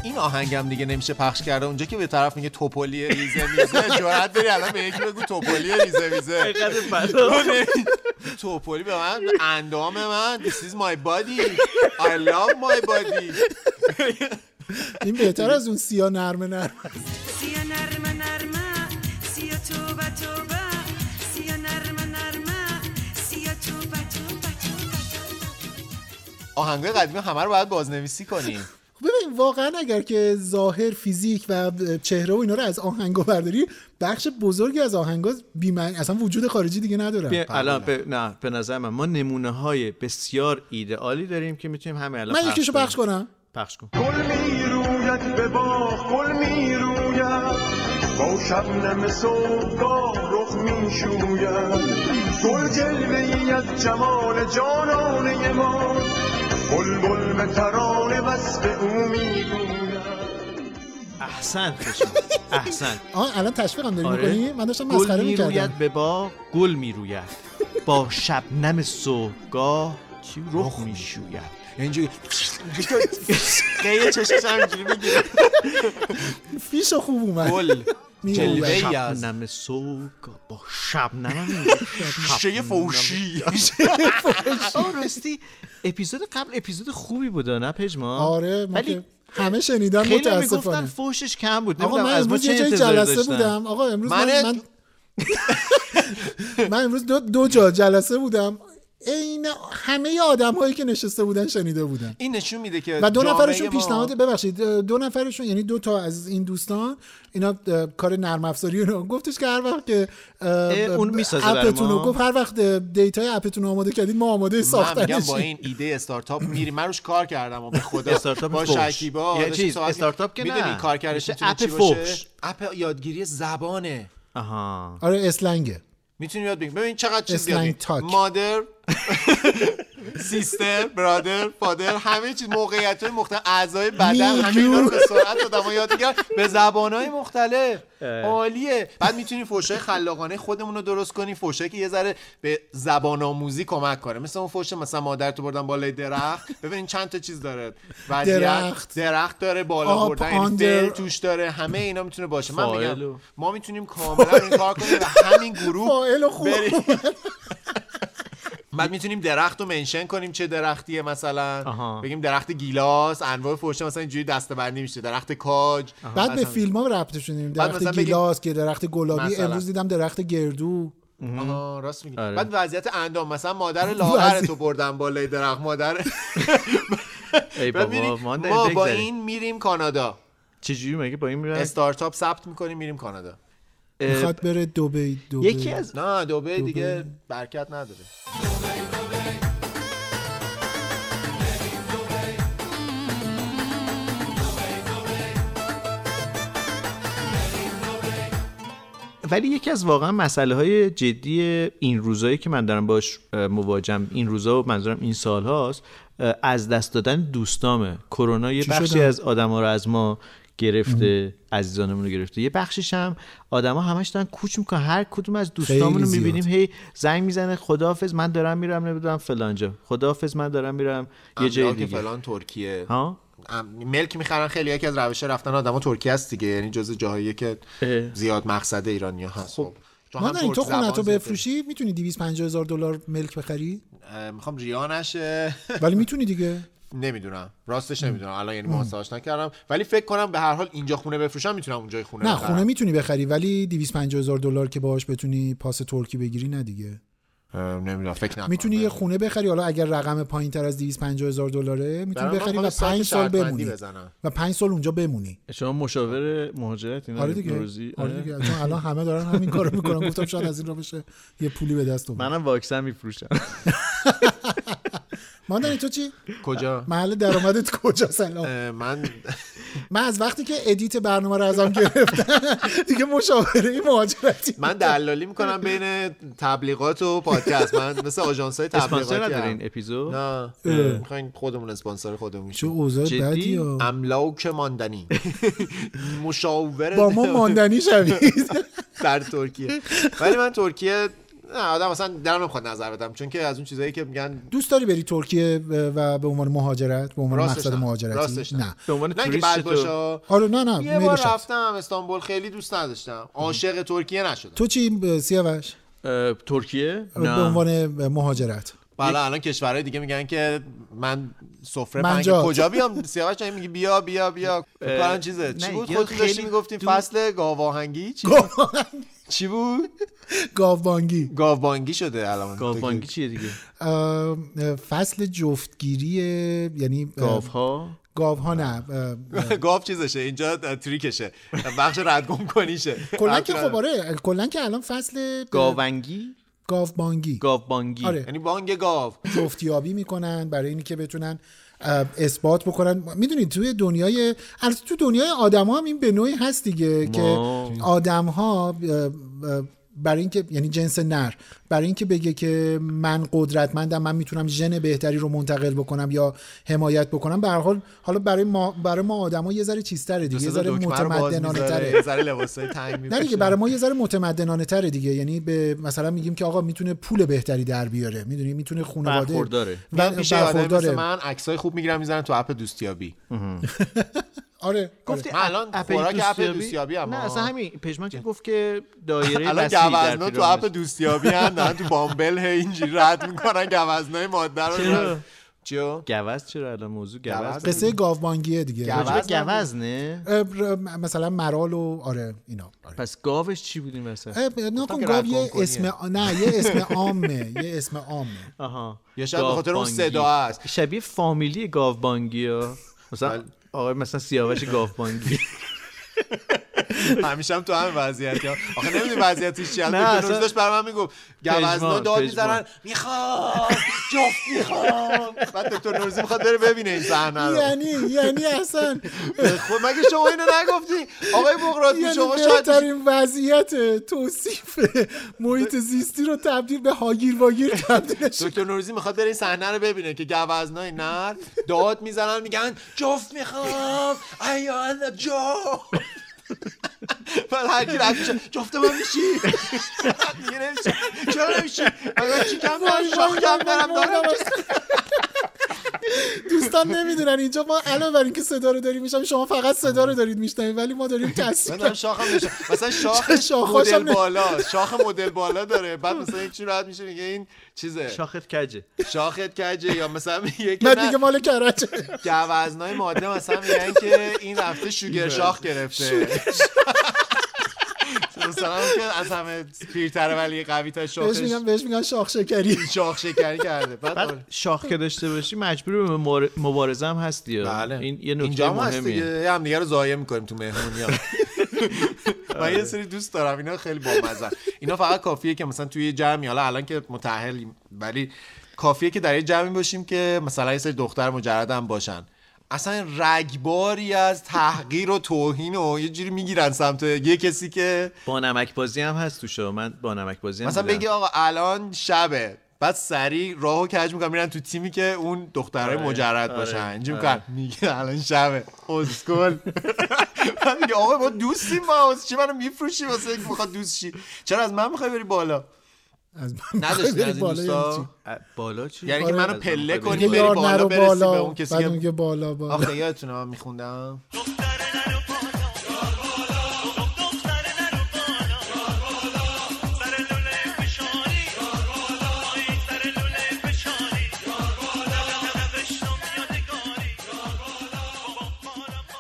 این آهنگم دیگه نمیشه پخش کرده اونجا که به طرف میگه توپلی ریزه میزه جرأت داری الان به یکی بگو توپلی ریزه میزه تو نمی- توپلی به من به اندام من this is my body I love my body این بهتر از اون سیا نرمه نرمه سیا نرمه نرمه سیا توبه توبه سیا نرمه نرمه سیا توبه توبه توبه آهنگای قدیمی همه رو باید بازنویسی کنیم خب ببین واقعا اگر که ظاهر فیزیک و چهره و اینا رو از آهنگا برداری بخش بزرگی از آهنگا بیمن اصلا وجود خارجی دیگه نداره بیا الان به, نه به نظر من ما نمونه های بسیار ایدئالی داریم که میتونیم همه الان من یکیشو کنیم. پخش کنم پخش کن گل می روید به باغ گل می روید با شبنم صبحگاه رخ می شوید گل جلوه ای از جمال جانانه ما بلبل به ترانه وصف او می احسن خوش اومد. احسن آه الان تشویقم داری آره. میکنی من داشتم گل مسخره میروید میکردم به باغ گل میروید با شبنم صبحگاه چی رخ میشوید اینجوری قیه چشش همینجوری میگیره فیشو خوب اومد گل می‌روید. جلوه ای از شبنم صبحگاه با *laughs* شبنم شیشه فوشی خب. *laughs* آه راستی اپیزود قبل اپیزود خوبی بود نه پژمان آره ما ولی که همه شنیدن خیلی میگفتن متاسفانه فوشش کم بود آقا نمی‌دونم من از ما امروز چه یه جای انتظاری جلسه داشتن. بودم آقا امروز من من- *laughs* من, من امروز دو, دو جا جلسه بودم عین نه همه آدمهایی که نشسته بودن شنیده بودن این نشون میده که و دو جامعه نفرشون ما- پیشنهاد ببخشید دو نفرشون یعنی دو تا از این دوستان اینا اه، کار نرم افزاری رو گفتش که هر وقت که اه، اه، اون می‌سازه برای اپتون رو ما. گفت هر وقت دیتای اپتون رو آماده کردید ما آماده من میگم ساختنش با این ایده استارتاپ میری من روش کار کردم و به خدا استارتاپ با فحش. شکیبا یه داشتیم چیز، صحبت می- استارتاپ که نه. میدونی کارکرش یه میتونه اپ چی باشه فحش. اپ یادگیری زبانه آها آره اسلنگه میتونی یاد بگیری ببین چقدر چیز اسلنگ یاد بگیری. تاک. مادر *laughs* سیستر برادر فادر همه چیز موقعیت های مختلف اعضای بدن همه اینا رو به سرعت آدم یاد میگیرن به زبان های مختلف عالیه بعد میتونی فوشای خلاقانه خودمون رو درست کنی فوشایی که یه ذره به زبان آموزی کمک کنه مثل اون فوش مثلا مادر تو بردن بالای درخت ببین چند تا چیز داره وضعیت- درخت. درخت داره بالا آب، بردن یعنی آندر. فعل توش داره همه اینا میتونه باشه من فاعل میگم و- ما میتونیم کاملا این کار کنیم و همین گروه فاعل و خوب *laughs* بریم. بعد میتونیم درخت رو منشن کنیم چه درختیه مثلا آها. بگیم درخت گیلاس انواع فرشه مثلا اینجوری دستبندی میشه درخت کاج بعد به مثلا- فیلم ها ربطشون میدیم بعد درخت مثلا بگیم- گیلاس که درخت گلابی مثلا. امروز دیدم درخت گردو آها، راست میگی آره. بعد وضعیت اندام مثلا *laughs* مادر لاغر وضعی- تو بردن بالای درخت مادر ای *laughs* بعد بابا می‌بینی، ما ما با این میریم کانادا چجوری مگه با این میرن استارتاپ ثبت میکنیم میریم کانادا اه، میخواد بره دبی دبی یکی از نه دوبه دیگه برکت نداره ولی یکی از واقعا مسئله های جدی این روزایی که من دارم باش اه، مواجهم این روزا و منظورم این سال هاست از دست دادن دوستامه کرونا یه بخشی شدن؟ از آدما رو از ما گرفته عزیزانمون رو گرفته یه بخشش هم آدما همش دارن کوچ میکنن هر کدوم از دوستامون خیلی رو زیاد. میبینیم هی زنگ میزنه خداحافظ من دارم میرم نمیدونم فلان جا خداحافظ من دارم میرم یه جای املاک دیگه فلان ترکیه ها ام- ملک میخرن خیلی یکی از روش رفتن آدما ترکیه است دیگه یعنی جز جاهایی که اه. زیاد مقصد ایرانی ها هست خب چون هم ما این ترک تو زبان خونه تو زیاده. بفروشی میتونی 250 هزار دلار ملک بخری اه، میخوام ریا نشه *laughs* ولی میتونی دیگه نمیدونم راستش نمیدونم الان یعنی محاسبش نکردم ولی فکر کنم به هر حال اینجا خونه بفروشم میتونم اونجای خونه نه بخرم. خونه میتونی بخری ولی 250 هزار دلار که باهاش بتونی پاس ترکی بگیری نه دیگه اه، نمیدونم فکر نکنم میتونی یه خونه بخری حالا اگر رقم پایین تر از 250 هزار دلاره میتونی برای من بخری خواهی و سایت 5 سال شرطبندی بمونی بزنم. و 5 سال اونجا بمونی شما مشاور مهاجرت اینا آره دیگه نوروزی؟ آره آره. دیگه چون الان همه دارن همین کارو میکنن گفتم شاید از این را بشه یه پولی به دست آورد منم واکسن میفروشم ماندنی تو چی کجا محل درآمدت کجاست الان اه، من من از وقتی که ادیت برنامه رو ازم گرفتن دیگه مشاوره مهاجرتی من دلالی میکنم بین تبلیغات و پادکست من مثل آژانس های اسپانسر تبلیغاتی نداره هم. این اپیزود نه اه. میخواین خودمون اسپانسر خودمون چه شیم. اوضاع جدی؟ بدی آره. یا املاک ماندنی مشاور با ما ماندنی شوید در ترکیه ولی من ترکیه نه آدم اصلا درم نمیخواد نظر بدم چون که از اون چیزایی که میگن *laughs* دوست داری بری ترکیه و به عنوان مهاجرت به عنوان راستش مقصد نه. مهاجرتی راستش نه. نه به عنوان نه که توریست بد چطور؟ باشه آره نه نه یه بار میلش هست. رفتم استانبول خیلی دوست نداشتم عاشق ترکیه نشدم تو چی سیاوش اه، ترکیه به عنوان مهاجرت حالا بله، الان کشورهای دیگه میگن که من سفره من من جات. کجا بیام سیاوش جان میگه بیا بیا بیا کارن چیزه چی نه، بود یه خودت داشتی خیلی میگفتیم دو- فصل گاواهنگی چی چی بود گاوبانگی گاوبانگی شده الان گاوبانگی چیه دیگه اه، فصل جفتگیری یعنی گاوها گاوها نه *laughs* اه، گاف چیزشه اینجا تریکشه بخش ردگم کنیشه *laughs* کلا که خب آره کلا که الان فصل گاونگی گاوبانگی گاوبانگی آره. یعنی بانگ گاو جفتیابی میکنن برای اینکه بتونن اه، اثبات بکنن میدونید توی دنیای البته تو دنیای آدم هم این به نوعی هست دیگه که آدم ها برای اینکه یعنی جنس نر برای اینکه بگه که من قدرتمندم من میتونم ژن بهتری رو منتقل بکنم یا حمایت بکنم به هر حال حالا برای ما برای ما آدما یه ذره چیزتره دیگه یه ذره متمدنانه تره یه ذره لباسای تنگ نه دیگه میپوشه برای ما یه ذره متمدنانه تره دیگه یعنی به مثلا میگیم که آقا میتونه پول بهتری در بیاره میدونی میتونه خانواده برخورداره. و- من پیش آدم مثل برخورداره. من عکسای خوب میگیرم میزنم تو اپ دوستیابی آره گفتی من الان اپ خوراک اپ دوستیابی؟ دوستیابی هم، نه آه. اصلا همین پژمان که گفت که دایره *laughs* الان وسیعی در گوزنا تو اپ پیرامونش دوستیابی هم دارن تو بامبل هی اینجوری رد میکنن گوزنای ماده رو چرا؟ رد. چیو گوز چرا الان موضوع گوز. گوز قصه گاوبانگیه دیگه گوز. راجع به گوز نه اه، ر- مثلا مرال و آره اینا آره. پس گاوش چی بود این وسط اه، نکن که گاو یه رنگ‌کنی. اسم نه یه اسم عامه یه اسم عامه آها یا شاید به خاطر اون گاوبانگی. صدا است. شبیه فامیلی گاوبانگی ها مثلا بله. آقای مثلا سیاوش *laughs* گاوبانگی همیشه هم تو همین وضعیت آخه نمیدونی وضعیتش چیه نه، البته اصلا- روز داشت برام میگفت گوزنا پژمان، داد پژمان. میزنن میخوام جفت میخوام بعد دکتر نوروزی میخواد بره ببینه این صحنه رو یعنی یعنی اصلا *laughs* خب مگه شما اینو نگفتی آقای بغراتی یعنی شما شاید بهترین وضعیت توصیف محیط زیستی رو تبدیل به هاگیر واگیر تبدیلش دکتر نوروزی میخواد بره این صحنه رو ببینه که گوزنای نر داد میزنن میگن جفت میخوام ایان جفت بعد هر کی رد میشه جفت من میشی دیگه نمیشه چرا نمیشی من چی کم دارم شاخ کم دارم دارم دوستان نمیدونن اینجا ما الان بر اینکه صدا رو داریم میشم شما فقط صدا رو دارید میشنوید ولی ما داریم من *laughs* تصویر دارم شاخم میشه مثلا شاخش شاخاش هم مدل نه. بالا شاخ مدل بالا داره بعد مثلا یک چی رد میشه میگه این چیزه شاخت کجه شاخت کجه یا مثلا میگه که بعد نه میگه مال کرج گوزنای ماده مثلا میگن که این رفته شوگر شاخ گرفته *laughs* مثلا که از همه پیرتره ولی قوی تا بهش شاخش میگن بهش میگن شاخ شکری شاخ شکری کرده بعد آره. بعد شاخ که داشته باشی مجبور به مبار- مبارزه هم هستی یا این یه نکته بله. اینجا هم هست مهمیه دیگه هم دیگه رو ضایع میکنیم تو *laughs* مهمونی ها من آره. یه سری دوست دارم اینا خیلی بامزن اینا فقط کافیه که مثلا توی یه جمعی حالا الان که متأهلیم ولی کافیه که در یه جمعی باشیم که مثلا یه سری دختر مجرد هم باشن اصلا رگباری از تحقیر و توهین و یه جوری میگیرن سمت یه کسی که با نمک بازی هم هست توشو من با نمک بازی هم مثلا دیدم. بگی آقا الان شبه بعد سریع راهو کج میکنن میرن تو تیمی که اون دخترای آره، مجرد آره، باشن اینجا آره. میگن میگه الان شبه اسکل *laughs* بعد میگه آقا ما دوستیم ما واسه چی منو میفروشی واسه اینکه میخواد دوست شی چرا از من میخوای بری بالا از من *laughs* نداشتی بری از این بالا یعنی دوستا چی؟ ا- بالا چی یعنی که آره. منو از پله من کنی میگه بری یار بالا نرو برسی به اون بالا کسی بعد که میگه بالا بالا آخه یادتونه من میخوندم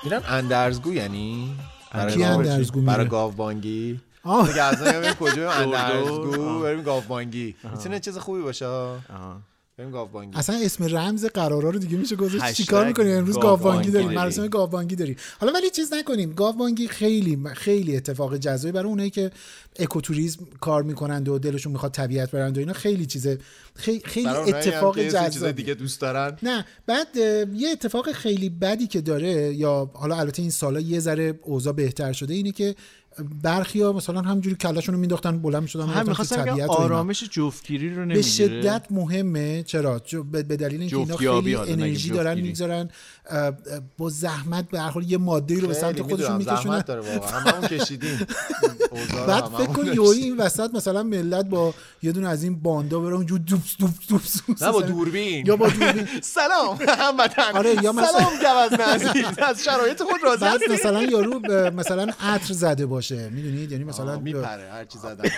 میرن اندرزگو یعنی برای کی گاو- اندرزگو برای میره؟ گاوبانگی آه. دیگه از اون کجا اندرزگو آه. بریم گاوبانگی میتونه چیز خوبی باشه بریم گاوبانگی اصلا اسم رمز قرارا رو دیگه میشه گذاشت هشتگ چیکار میکنی امروز گاوبانگی گاوبانگی داریم داریم. مراسم گاوبانگی داریم حالا ولی چیز نکنیم گاوبانگی خیلی خیلی اتفاق جزایی برای اونایی که اکوتوریسم کار میکنند و دلشون میخواد طبیعت برند و اینا خیلی چیزه خیلی, خیلی برای اونایی هم اتفاق که یه سری چیزای جذابی دیگه دوست دارن نه بعد اه، یه اتفاق خیلی بدی که داره یا حالا البته این سالا یه ذره اوضاع بهتر شده اینه که برخی ها مثلا همجوری کلشون رو مینداختن بلند میشدن هم میخواستم بگم آرامش جفتگیری رو نمیگیره به شدت مهمه چرا جو- به به دلیل اینکه اینا جفتیابی خیلی حالا نگیم انرژی دارن جفتگیری. میگذارن با زحمت به هر حال یه ماده رو به سمت خیلی خودشون میدونم، میکشونن زحمت داره واقعا هممون *laughs* کشیدیم اوضاع رو بعد هممون فکر کن داشتیم. یهو این وسط مثلا ملت با یه دونه از این باندا بره اونجور دوپس دوپس دوپس دوپس نه با مثلا. دوربین یا با دوربین *laughs* سلام هموطن آره، یا مثلا- سلام گوزن *laughs* عزیز از شرایط خود *laughs* راضی بعد هستی مثلا یارو ب- مثلا عطر زده باشه میدونید یعنی مثلا میپره هر چی *laughs* زدم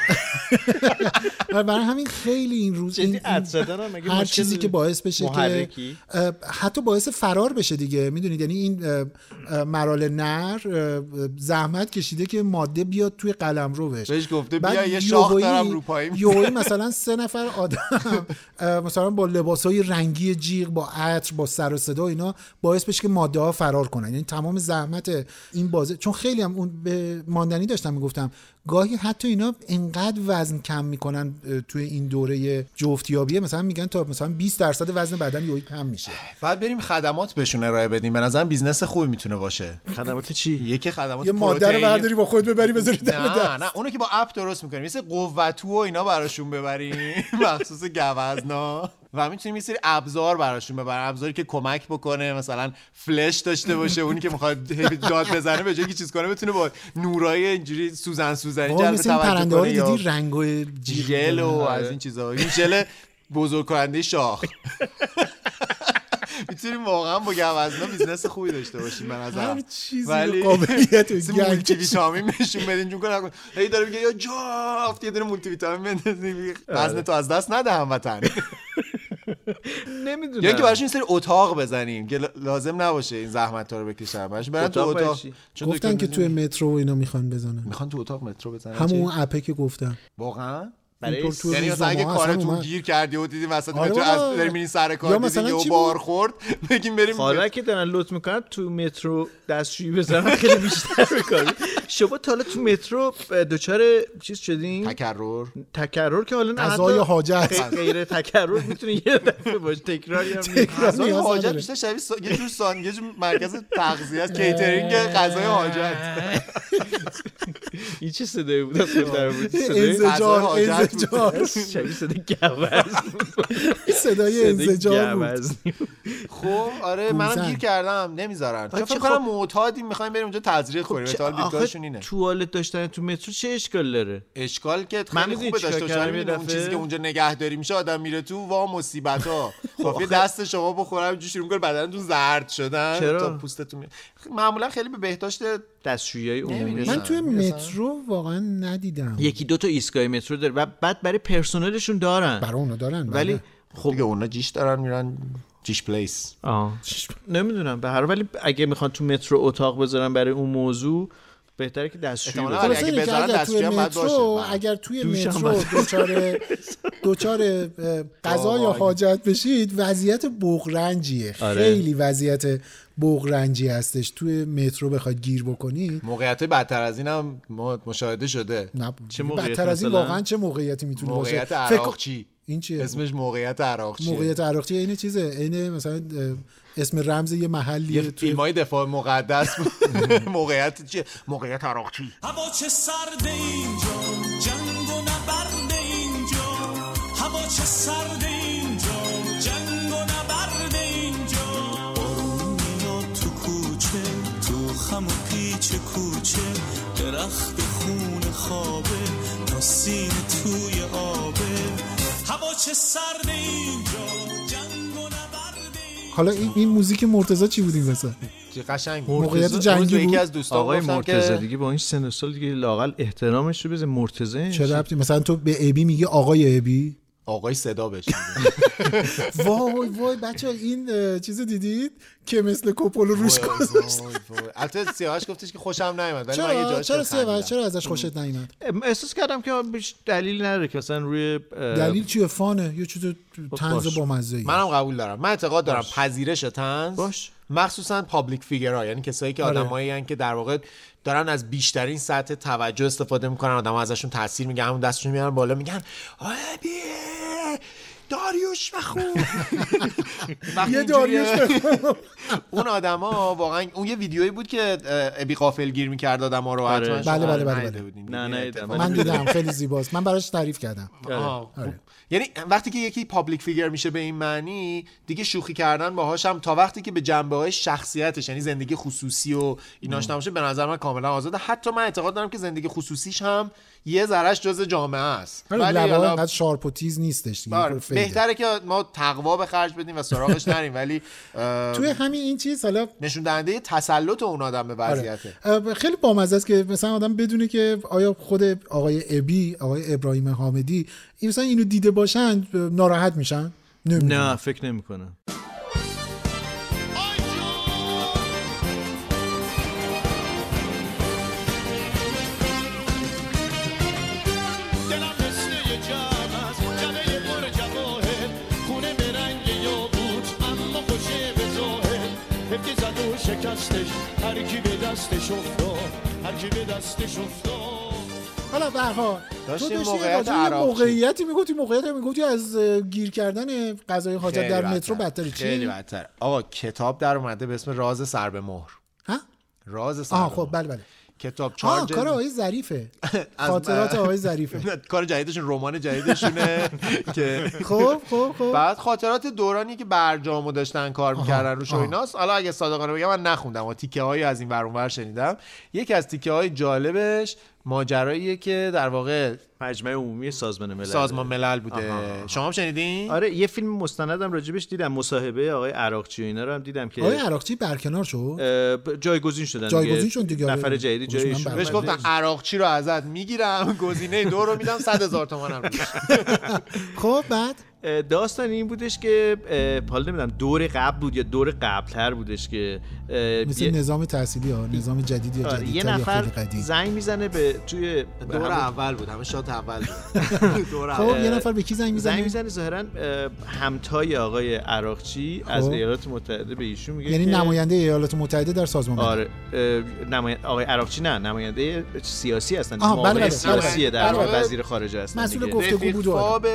و برای همین خیلی این روز این- جدی این- عد زدن هم مگه هر مشکل چیزی که باعث بشه محرکی؟ که اه، حتی باعث فرار بشه دیگه میدونید یعنی این اه، اه، مرال نر اه، زحمت کشیده که ماده بیاد توی قلم روش بهش گفته بیا یه شاخ دارم رو پاییم یوهی مثلا سه نفر آدم اه، مثلا با لباس های رنگی جیغ با عطر با سر و صدا و اینا باعث بشه که ماده ها فرار کنن یعنی تمام زحمت این بازه چون خیلی هم اون به ماندنی داشتم میگفتم گاهی حتی اینا انقدر وزن کم میکنن اه، توی این دوره جفتیابیه مثلا میگن تا مثلا 20 درصد وزن بدن یوهی کم میشه بعد بریم خدمات بهشون ارائه بدیم به نظرم بیزنس خوبی میتونه باشه خدمات چی یکی خدمات یه ماده رو پروتئینی- برداری با خود ببری بذاری دم خب، نه دست نه اونو که با اپ درست میکنیم مثل قوتو و اینا براشون ببریم *laughs* مخصوص گوزنا و میتونیم یه سری ابزار براشون ببریم ابزاری که کمک بکنه مثلا فلش داشته باشه اونی که میخواد *laughs* هی داد بزنه به جای اینکه چیز کنه بتونه با نورای اینجوری سوزن سوزنی بابا، جلب مثل این توجه پرنده ها کنه رو یا دیدی رنگ و جیغ ژل *laughs* و آره. از این چیزا این ژل بزرگ کننده شاخ *laughs* میتونیم واقعا با گوزنا بیزنس خوبی داشته باشیم من از هر چیزی ولی- قابلیت و گنگ مولتی ویتامین بهشون بدین جون کنه هی داره میگه یا آره. *laughs* جافت یه دونه مولتی ویتامین بندازیم وزن تو از دست نده هموطن نمیدونم یا اینکه براش این سری اتاق بزنیم که ل- لازم نباشه این زحمت ها رو بکشن براش برن تو اتاق برای اتاق چی؟ چون گفتن دکتر که توی مترو و اینا میخوان بزنن میخوان تو اتاق مترو بزنن همون چی؟ اپه که گفتم واقعا برای اینطور تو یعنی مثلا روزنامه اگه ها اصلا کارتون اومد. گیر کردی و دیدی وسط آره مترو بابا. از داری میری سر کار یا دیدی مثلا یهو چی بار بود؟ خورد *laughs* بگیم بریم حالا که دارن لط میکنن تو مترو دستشویی بزنن خیلی بیشتر میکنن شما تا حالا تو مترو دچار چیز شدین تکرر تکرر که حالا نه غذای حتی حاجت. غ- غیر تکرر میتونه یه دفعه باشه تکراری *laughs* هم نیست. اصلا غذای نیاز حاجت نداره. بیشتر شبیه سا... یه جور سان یه جور مرکز تغذیه است کیترینگ غذای حاجت *laughs* این چه صدایی بود اصلا در بود صدای غذای انزجار حاجت بود. انزجار *laughs* شبیه صدای گوز صدای انزجار بود *laughs* خب آره منم گوزن. گیر کردم نمیذارن چون چه فکر کنم خب- معتادیم میخوایم بریم اونجا تزریق کنیم احتمال دیدگاهشون اینه توالت داشتن تو مترو چه اشکال داره اشکال که من خیلی می‌دونی خوبه چیکار داشته باشه کردم یه می‌دونی اون دفعه؟ چیزی که اونجا نگهداری میشه آدم میره تو وا مصیبت ها کافیه دست شما بخورم جو شروع می‌کنه بدنتون زرد شدن چرا؟ تا پوستتون می... خ- معمولا خیلی به بهداشت دستشویی عمومی نمی‌دونم. من توی مترو واقعا ندیدم یکی دو تا ایستگاه مترو داره و بعد برای پرسنلشون دارن برای اونا دارن ولی خب دیگه اونا جیش دارن میرن جیش پلیس آه. نمیدونم به هر حال، ولی اگه میخوان تو مترو اتاق بذارن برای اون موضوع بهتره که دستشویی احتمالاً بذارن اگه بذارن اگه دستشویی اگر توی هم باید مترو باشه. اگر توی دوش هم مترو باید. *laughs* دوچار دوچار اه، غذا یا آهای. حاجت بشید وضعیت بغرنجیه آره. خیلی وضعیت بغرنجی هستش توی مترو بخواد گیر بکنی موقعیت بدتر از این هم ما- مشاهده شده نه چه موقعیت بدتر از این مثلا؟ واقعا چه موقعیتی میتونه باشه موقعیت فکر کن- عراقچی این چیه اسمش موقعیت عراقچیه موقعیت عراقچی عین چیزه عین مثلا اه، اسم رمز یه محلی یه توی فیلم های دفاع *laughs* مقدس موقعیت چیه موقعیت عراقچی هوا چه سرد اینجا جنگ و نبرد اینجا هوا چه سرد اینجا جنگ و نبرد اینجا بارون میاد تو کوچه تو خم و پیچ کوچه درخت خون خوابه تا سینه توی آبه هوا چه سرد اینجا جنگ و نبرد اینجا حالا این, این موزیک مرتضی چی بود این وسط چه قشنگ بود. موقعیت مرتضی- جنگی یکی بود از دوستان آقای گفتم که- مرتضی دیگه با این سن و سال دیگه لاقل احترامش رو بزن مرتضی چه ربطی مثلا تو به ابی میگی آقای ابی آقای صدا بشه *laughs* وای وای بچه این اه، چیز رو دیدید که مثل کوپولو روش گذاشت البته سیاوش گفتش که خوشم نیومد ولی من یه چرا جاش چرا خیلی خندیدم. سیاوش چرا ازش خوشت نیومد احساس کردم که هیچ دلیل نداره که مثلا روی اه، دلیل چیه فانه یه چیز باش. طنز بامزه‌ای منم قبول دارم من اعتقاد دارم پذیرش تنز باش. مخصوصا پابلیک فیگرها یعنی کسایی که آره. آدمایی هن که در واقع دارن از بیشترین سطح توجه استفاده میکنن آدم ازشون تاثیر میگن همون دستشون میارن بالا میگن آبی داریوش *laughs* بخون وقتی یه اینجوریه- داریوش *laughs* اون آدما واقعا اون یه ویدیویی بود که اه، ابی قافل گیر میکرد آدما رو آره. حتما شما یعنی بله، بله، بله، ندیده بله. بودین. نه، دیگه ندیدم. اتفاقا. من دیدم خیلی زیباست من براش تعریف کردم آه، آره. خب. یعنی وقتی که یکی پابلیک فیگر میشه به این معنی دیگه شوخی کردن باهاش هم تا وقتی که به جنبه های شخصیتش یعنی زندگی خصوصی و ایناش نباشه به نظر من کاملا آزاده حتی من اعتقاد دارم که زندگی خصوصیش هم یه ذرش جز جامعه است ولی بله، ولی حالا- لبا انقدر شارپ و تیز نیستش دیگه. آره، یه کل فیده. بهتره که ما تقوا به خرج بدیم و *laughs* سراغش نریم ولی اه، توی همین این چیز حالا نشون دهنده تسلط اون آدم به آره. وضعیته اه، خیلی بامزه است که مثلا آدم بدونه که آیا خود آقای ابی آقای ابراهیم حامدی این مثلا اینو دیده باشن اه، ناراحت میشن نمی‌دونم. نه فکر نمیکنم دلم مثل یه جمع است جبه پر جواهر خونه به رنگ یاقوت اما خوشه به ظاهر هفته زد و شکستش هر کی به دستش افتاد هر کی به دستش افتاد حالا به هر حال تو داشتیم داشتی موقعیت راجع به یه عراقچی. موقعیتی میگفتی موقعیت میگفتی از اه، گیر کردن غذای حاجت خیلی در بدتر. مترو بدتری چی خیلی بدتر آقا کتاب در اومده به اسم راز سر به مهر ها راز سر آه به خب مهر. بله بله کتاب آه چارج کار آقای *laughs* ظریفه خاطرات آقای ظریفه کار جدیدشون رمان *laughs* جدیدشونه که خب خب خب بعد خاطرات دورانی که برجامو داشتن کار میکردن روش و ایناست حالا اگه صادقانه بگم من نخوندم و تیکه هایی از این ور اونور شنیدم یکی از تیکه های جالبش ماجراییه که در واقع مجمع عمومی سازمان ملل سازمان ملل بوده آها، آها. شما هم شنیدین آره یه فیلم مستندم راجبش دیدم مصاحبه آقای عراقچی و اینا رو هم دیدم که آقای عراقچی برکنار شد اه، ب- جایگزین شدن دیگه. جایگزین شد دیگه، آره. نفر جدیدی خودشون هم جایش بر- بهش گفتن عراقچی رو ازت میگیرم گزینه دو رو میدم صد هزار تومن هم روش. خب بعد اه، داستان این بودش که اه، حالا نمیدونم دور قبل بود یا دور قبلتر بودش که اه، مثل یه- نظام تحصیلی ها نظام جدیدی یا آره، جدید یه یا نفر خیلی قدیم زنگ میزنه به توی به *laughs* دور همون- اول بود همه شات اول بود دور خب اول یه نفر به کی زنگ زنگ میزنه میزنه ظاهرا اه، همتای آقای عراقچی از ایالات متحده به ایشون میگه خب. یعنی که- نماینده ایالات متحده در سازمان ملل. آره اه، نماینده آقای عراقچی نه نماینده سیاسی هستن آها، بله، معاون بله، بله، سیاسی در بله، واقع بله. وزیر خارجه هستن مسئول دیگه. گفت- گفتگو بود رفیق و آره. خواب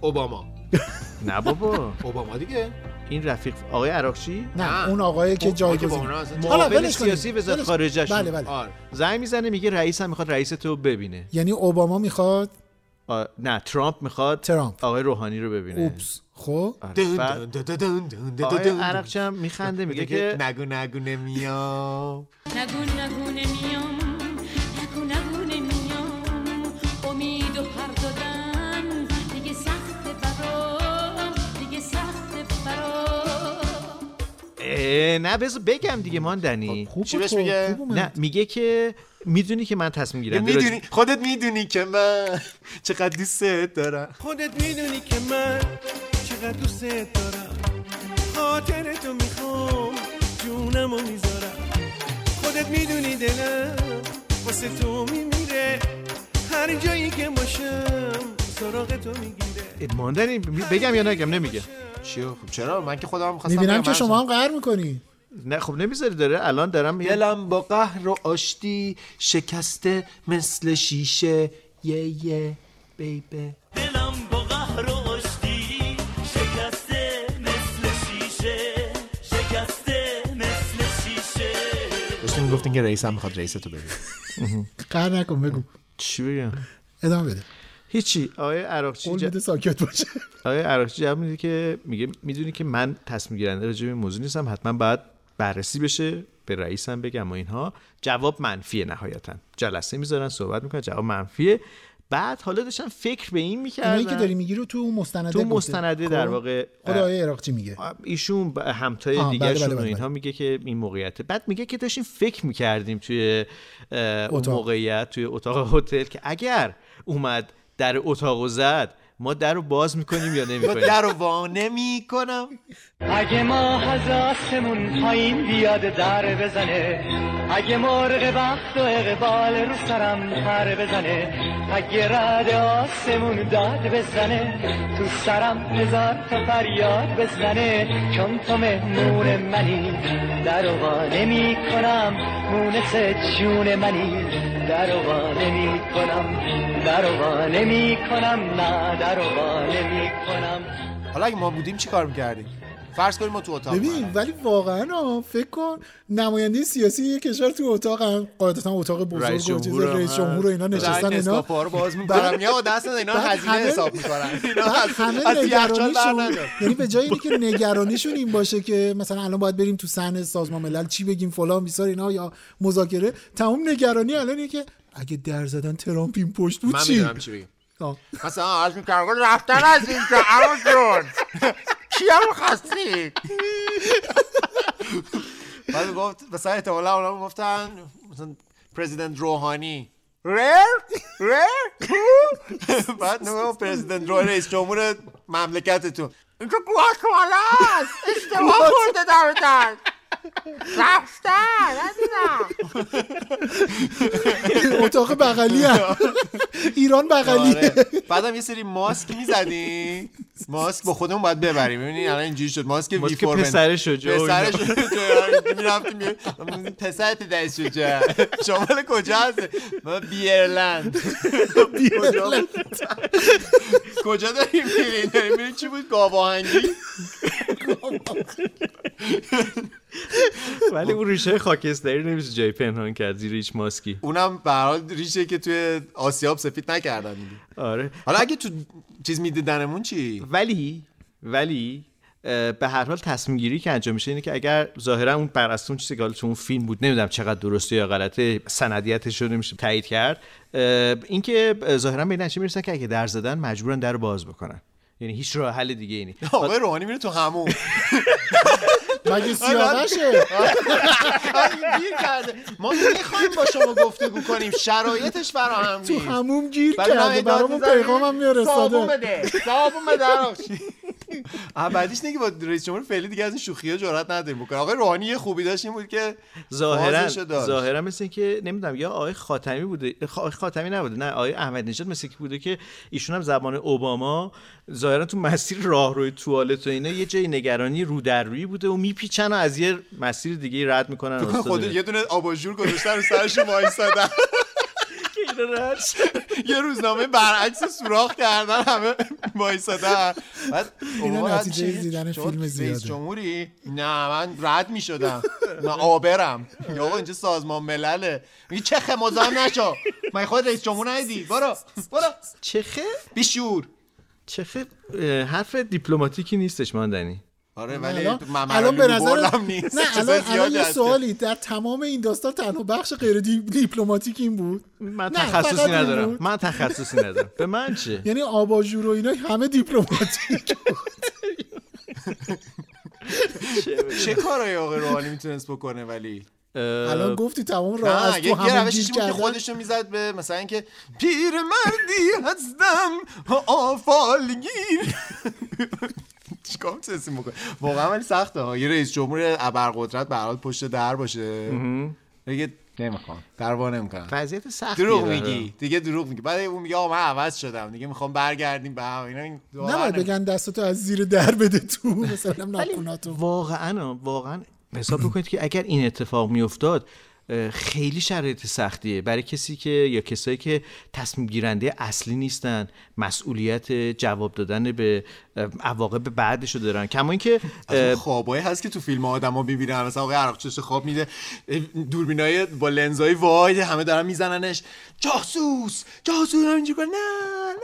اوباما نه بابا اوباما دیگه این رفیق آقای عراقچی نه نه. اون آقایی که خب، اون آقایی که با جایگزین اونا هستن. حالا معاون ولش کنید. سیاسی وزارت ولش- خارجه شون. بله بله آره زنگ میزنه میگه رئیسم میخواد رئیس تو ببینه یعنی اوباما میخواد آ، نه ترامپ میخواد ترامپ. آقای روحانی رو ببینه اوپس خب آره. دن بعد دن دن دن دن دن آقای دن. عراقچی هم میخنده میگه که نگو *laughs* نگو نمیام نگو نگو نمیام نگو نگو نمیام امید و پر دادن دیگه سخت برام دیگه سخت برام اه، نه بذار بگم دیگه ماندنی خوب چی بود بهش خب، میگه؟ خوب اومد. نه میگه که میدونی که من تصمیم یه گیرم میدونی خودت میدونی که من *laughs* چقدر دوست دارم خودت میدونی که من چقدر دوست دارم خاطر تو میخوام جونم رو میذارم خودت میدونی دلم واسه تو میمیره هر جایی که باشم سراغ تو میگیره ماندنی یعنی بگم یا نگم نمیگه چیو خب چرا من که خودم خواستم میبینم که شما هم قهر میکنی نه خب نمیذاری داره الان دارم یه دلم با قهر و آشتی شکسته مثل شیشه یه یه بیبه دلم با قهر و آشتی شکسته مثل شیشه شکسته مثل شیشه داشتیم میگفتین که رئیسم میخواد رئیس تو ببین قهر نکن بگو چی بگم ادامه بده هیچی آقای عراقچی قول جا... بده ساکت باشه آقای عراقچی جواب میده که میگه میدونی که من تصمیم گیرنده راجع به این موضوع نیستم حتما باید بررسی بشه به رئیسم بگم و اینها جواب منفیه نهایتا جلسه میذارن صحبت میکنن جواب منفیه بعد حالا داشتم فکر به این اینایی که داری میکردم میگی رو تو مستنده تو گفته. مستنده در خب، واقع خود آقای عراقچی میگه ایشون با آه، همتای بله، دیگرشون بله، و بله، اینها میگه که این موقعیته بعد میگه که داشتیم فکر میکردیم توی اه، اون اتاق. موقعیت توی اتاق هتل که اگر اومد در اتاق و زد ما در رو باز *laughs* میکنیم یا با نمیکنیم در رو وانه میکنم اگه ما از آسمون پایین بیاد در بزنه اگه مرغ بخت و اقبال رو سرم پر بزنه اگه رد آسمون داد بزنه تو سرم هزار تا فریاد بزنه چون تو مهمون منی در رو وا نمی کنم مونس جون منی در رو وا نمی کنم در رو وا نمی کنم نه در رو وا نمی کنم حالا اگه ما بودیم چی کار میکردیم فرض کنیم ما تو اتاق ببین ولی واقعا آه، فکر کن نماینده سیاسی یه کشور تو اتاق هم قاعدتا اتاق بزرگ و رئیس چیز جمهور هم رئیس جمهور و اینا نشستن اینا اسکافا رو باز میکنم یا دست اینا بعد هزینه همه- حساب *laughs* میکنن اینا بعد از از همه یخچال بر نگرانیشون ندار یعنی به جای اینکه نگرانیشون این باشه که مثلا الان باید بریم تو صحن سازمان ملل چی بگیم فلان بیسار اینا یا مذاکره تمام نگرانی الان اینه که اگه در زدن ترامپ این پشت بود من چی میدونم چی بگیم آه. مثلا عرض میکنم رفتن از اینجا عرض جون چی هم خواستی بعد گفت مثلا احتمالا اونا گفتن مثلا پرزیدنت روحانی ریر ریر بعد نگو پرزیدنت روحانی رئیس جمهور مملکتتون اینجا گواتمالا است اشتباه خورده در در رفتن عزیزم اتاق بغلی هم. ایران بغلیه آره. بعدم یه سری ماسک میزدیم ماسک با خودمون باید ببریم ببینید الان اینجوری شد ماسک وی ماسک فور من. پسرش و جو پسرش میرفتیم پسر پدر شجاع شمال کجا هست ما بیرلند کجا بود؟ کجا داریم میریم داریم میریم چی بود گاواهنگی *laughs* ولی اون ریشه خاکستری نمیشه جای پنهان کرد زیر هیچ ماسکی اونم به هر حال ریشه که توی آسیاب سفید نکردن دیگه آره حالا اگه تو چیز میدیدنمون چی ولی ولی به هر حال تصمیم گیری که انجام میشه اینه که اگر ظاهرا اون بر اساس اون چیزی که حالا تو اون فیلم بود نمیدونم چقدر درسته یا غلطه سندیتش رو نمیشه تایید کرد اه، اینکه ظاهرا به این نتیجه میرسن که اگه در زدن مجبورن در رو باز بکنن یعنی هیچ راه حل دیگه ای نیست آقای روحانی میره تو همون آره. مگه سیاوشه گیر کرده ما میخوایم با شما گفتگو کنیم شرایطش فراهم تو نیست هموم گیر برای من کرده ایداد برامون می‌زنی؟ پیغامم صابون میرساده بده صابون بده *laughs* آقا. آه، بعدیش نگی با رئیس جمهور فعلی دیگه از این شوخی‌ها جرئت نداریم بکنه آقای روحانی یه خوبی داشت این بود که ظاهرا بازشو داشت. ظاهرا مثل که نمیدونم یا آقای خاتمی بوده خ- آقای خاتمی نبوده نه آقای احمد نژاد مثل که بوده که ایشون هم زبان اوباما ظاهرا تو مسیر راهروی توالت و اینا یه جای نگرانی رو در روی بوده و میپیچن و از یه مسیر دیگه رد میکنن استاد خود اینا. یه دونه آباژور گذاشتن رو سرش وایسادن یه روزنامه برعکس سوراخ کردن همه وایسادن بعد اینا اوباما بعد نتیجه چی؟ دیدن شما فیلم رئیس زیاده. جمهوری نه من رد میشدم نه آبرم یا آقا اینجا سازمان ملله میگه چه خمازم نشو من خود رئیس جمهور ندی برو برو چخه بیشور چخه اه، حرف دیپلماتیکی نیستش ماندنی آره ولی الان من الان به نظر بردم نیست نه چیزای الان الان زیادی یه هست. سوالی در تمام این داستان تنها بخش غیر دی- دیپلماتیک این بود من نه، فقط تخصصی این ندارم بود. من تخصصی ندارم به من *laughs* چه یعنی آباژور و اینا همه *laughs* دیپلماتیک چه کارایی آقای روحانی میتونست بکنه ولی اه، الان گفتی تمام راه نه از تو یه یه همون روشش گیر این بود که کردن خودشو میزد به مثلا اینکه پیرمردی هستم آفالگیر چیکار میتونستیم بکنه واقعا ولی سخته ها یه رئیس جمهور ابرقدرت به هر حال پشت در باشه دیگه نمیخوام دروا نمیکنم وضعیت سختی دروغ میگی دیگه دروغ میگی بعد اون میگه آقا من عوض شدم دیگه میخوام برگردیم به هم اینا این دو نباید بگن دستتو از زیر در بده *laughs* تو مثلا ناخوناتو واقعا آه، واقعا حساب بکنید که اگر این اتفاق میافتاد اه، خیلی شرایط سختیه برای کسی که یا کسایی که تصمیم گیرنده اصلی نیستن مسئولیت جواب دادن به اه، عواقب بعدش رو دارن کما اینکه اه، خوابایی هست که تو فیلم آدما میبینن مثلا آقای عرق چش خواب میده دوربینای با لنزای واید همه دارن میزننش جاسوس جاسوس همینجوری کنه نه نه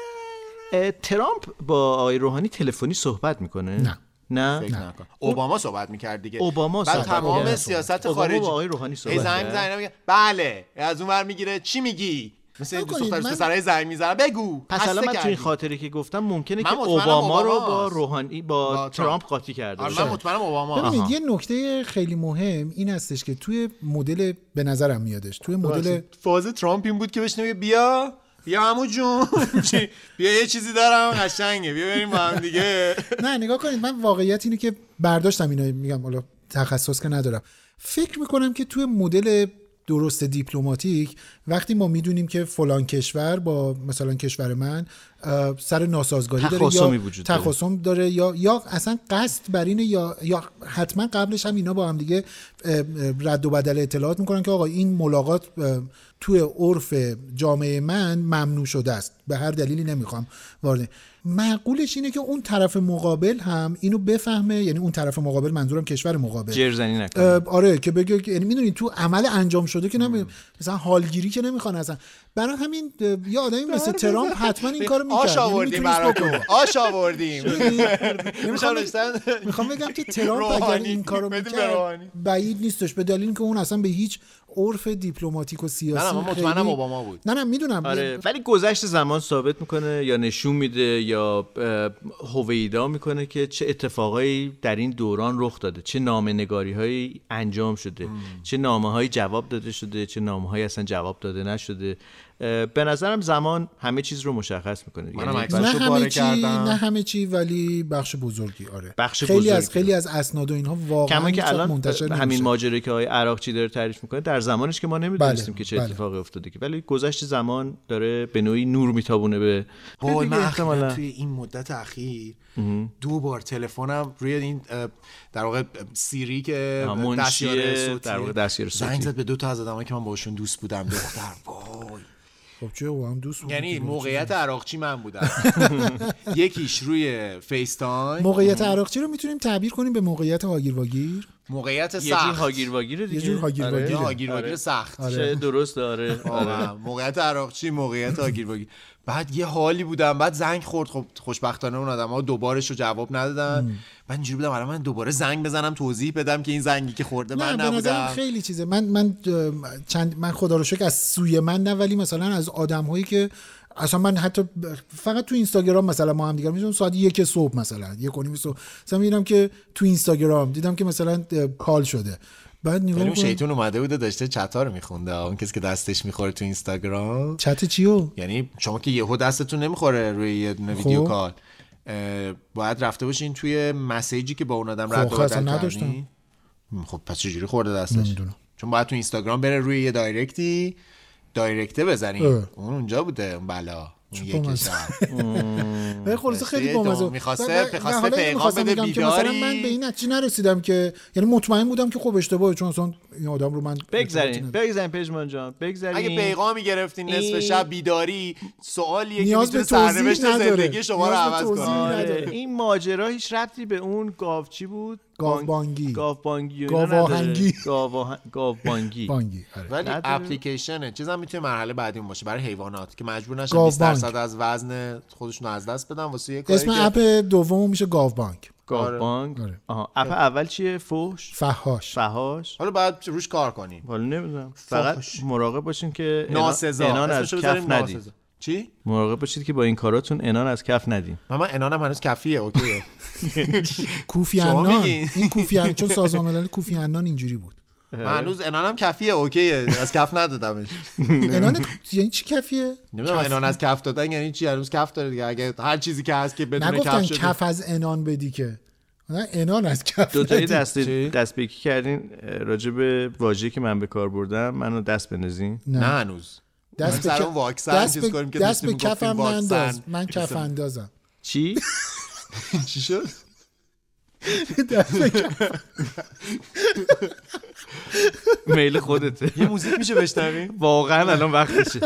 اه، ترامپ با آقای روحانی تلفنی صحبت میکنه نه. نه فکر نکن. اوباما صحبت میکرد دیگه اوباما بعد صحبت تمام کرد. سیاست اوباما خارجی با آقای روحانی صحبت هی زنگ کرد. زنگ میگه بله از اون ور میگیره چی میگی مثل دوست نکنید، دختر من- پسرای زنگ میزنن بگو پس خسته الان من تو این کردی. خاطره که گفتم ممکنه من که مطمئنم اوباما رو اوباماست. با روحانی با, با ترامپ ترامپ. قاطی کرده آره، باشه. من مطمئنم اوباما ببینید یه نکته خیلی مهم این هستش که توی مدل به نظرم میادش توی مدل فاز ترامپ این بود که بهش نمیگه بیا بیا عمو جون *laughs* چی؟ بیا یه چیزی دارم قشنگه بیا بریم با هم دیگه نه نگاه کنید من واقعیت اینه که برداشتم اینا میگم حالا تخصص که ندارم فکر میکنم که توی مدل درست دیپلماتیک وقتی ما میدونیم که فلان کشور با مثلا کشور من اه، سر ناسازگاری داره یا تخاصمی وجود داره. تخاصم داره یا یا اصلا قصد بر اینه یا یا حتما قبلش هم اینا با هم دیگه اه، اه، رد و بدل اطلاعات میکنن که آقا این ملاقات اه، توی عرف جامعه من ممنوع شده است به هر دلیلی نمیخوام وارد معقولش اینه که اون طرف مقابل هم اینو بفهمه یعنی اون طرف مقابل منظورم کشور مقابل جرزنی نکن اه، آره که بگه که- یعنی میدونی تو عمل انجام شده که نمی مثلا حالگیری که نمیخوان اصلا برای همین اه، یه آدمی مثل ترامپ حتما این کارو میکرد یعنی آش آوردیم براتون آش آوردیم می‌خوام میخوام نوشتن- میخوام بگم *laughs* که ترامپ اگر روحانی. این کارو بدیم به روحانی. میکرد بعید نیستش به دلیل که اون اصلا به هیچ عرف دیپلماتیک و سیاسی نه، من مطمئنم خیلی- اوباما بود. نه نه میدونم آره ولی گذشت زمان ثابت میکنه یا نشون میده یا اه، هویدا میکنه که چه اتفاقایی در این دوران رخ داده چه نامنگاری هایی انجام شده چه نامه هایی جواب داده شده چه نامه هایی اصلا جواب داده نشده اه، به نظرم زمان همه چیز رو مشخص میکنه یعنی منم عکس. نه بخش رو پاره همه چی کردم. نه همه چی ولی بخش بزرگی آره بخش خیلی از بزرگی. خیلی از اسناد و اینها کما واقعا که هیچ وقت الان منتشر همین نمیشه. ماجرایی که آقای عراقچی داره تعریف میکنه در زمانش که ما نمیدونستیم بله، که چه بله. اتفاقی افتاده که ولی گذشت زمان داره به نوعی نور میتابونه به به دیگه احتمالاً. خب، توی این مدت اخیر دو بار تلفنم روی این اه، در واقع سیری که آه، منشی دستیار صوتیه. در واقع دستیار صوتی. زنگ زد به دو تا از آدمایی که من باشون دوست بودم دختر وای خب چه با هم دوست بودیم. یعنی موقعیت عراقچی من بودم *laughs* یکیش روی فیس تایم موقعیت عراقچی رو میتونیم تعبیر کنیم به موقعیت هاگیر واگیر موقعیت یه جور سخت هاگیر واگیره دیگه یه جور هاگیر آره. واگیره. هاگیر واگیر آره. سخت چه آره. درست داره آره. واقعا. موقعیت عراقچی موقعیت هاگیر واگیر بعد یه حالی بودم بعد زنگ خورد خب خوشبختانه اون آدم ها دوبارش رو جواب ندادن من اینجوری بودم الان من دوباره زنگ بزنم توضیح بدم که این زنگی که خورده من نه به نظرم نبودم خیلی چیزه من من اه، چند من خدا رو شکر از سوی من نه ولی مثلا از آدم هایی که اصلا من حتی ب- فقط تو اینستاگرام مثلا ما هم دیگه میشم ساعت یک صبح مثلا یک و نیم صبح مثلا میبینم که تو اینستاگرام دیدم که مثلا اه، کال شده بعد ولی نگاه اون میکنم شیطون اومده بوده داشته چتا رو میخونده اون کسی که دستش میخوره تو اینستاگرام چت چیو یعنی شما که یهو دستتون نمیخوره روی یه دونه ویدیو خب. کال اه، باید رفته باشین توی مسیجی که با اون آدم رد خب، و بدل اصلا کردین. نداشتم. خب پس چجوری خورده دستش چون باید تو اینستاگرام بره روی یه دایرکتی دایرکته بزنی اه. اون اونجا بوده اون بلا اون بامزه. یکیش هم. ولی خلاصه خیلی رشته بامزه دوم می‌خواسته- و- و- و می‌خواسته حالا پیغام می‌خواستم بده بگم که مثلا بیداری. من به این نتیجه نرسیدم که یعنی مطمئن بودم که خب اشتباهه چون اصلا این آدم رو من بگذارین بگذارین پژمان جان بگذارین اگه پیغامی گرفتی نصف این- شب بیداری سوالیه که نیاز میتونه به توضیح سرنوشت نداره. زندگی شما رو نیاز به عوض توضیح کنه آره، نداره. این ماجرا هیچ ربطی به اون گاو چی بود گاو بانگ- بانگی. گاو بانگی و اینا نداره. گاواهنگی. گاو آه- گاو بانگی بانگی آره. ولی نداره. اپلیکیشنه چیزم میتونه مرحله بعدی اون باشه برای حیوانات که مجبور نشن گاو 20 درصد بانک. از وزن خودشون رو از دست بدن واسه یه کاری اسم که اپ دوم میشه گاو بانک گاو آره. بانگ آره. آها اپ اول چیه فوش فهاش فهاش حالا باید روش کار کنیم حالا نمیدونم فقط فحش. مراقب باشین که انان- ناسزا انان از اسمشو کف بذاریم ندید ناسزا. چی مراقب باشید که با این کاراتون انان از کف ندین من من انانم هنوز کفیه *laughs* اوکیه کوفی شما عنان میگین؟ این کوفی عنان چون سازمان ملل کوفی عنان اینجوری بود من هنوز انانم کفیه اوکیه از کف ندادمش انان یعنی چی کفیه نمیدونم انان از کف دادن یعنی چی هنوز کف داره دیگه اگه هر چیزی که هست که بدون نگفتن کف شده کف از انان بدی که نه انان از کف دوتایی بدی. دست دست به یکی کردین اه، راجع به واژه‌ای که من به کار بردم منو دست بنزین نه هنوز دست به سر کف اون واکسن دست چیز به, کنیم که دست به داشتیم می‌گفتیم کفم واکسن. ننداز من کف اندازم چی چی شد میل خودته یه موزیک میشه بشنویم واقعا الان وقتشه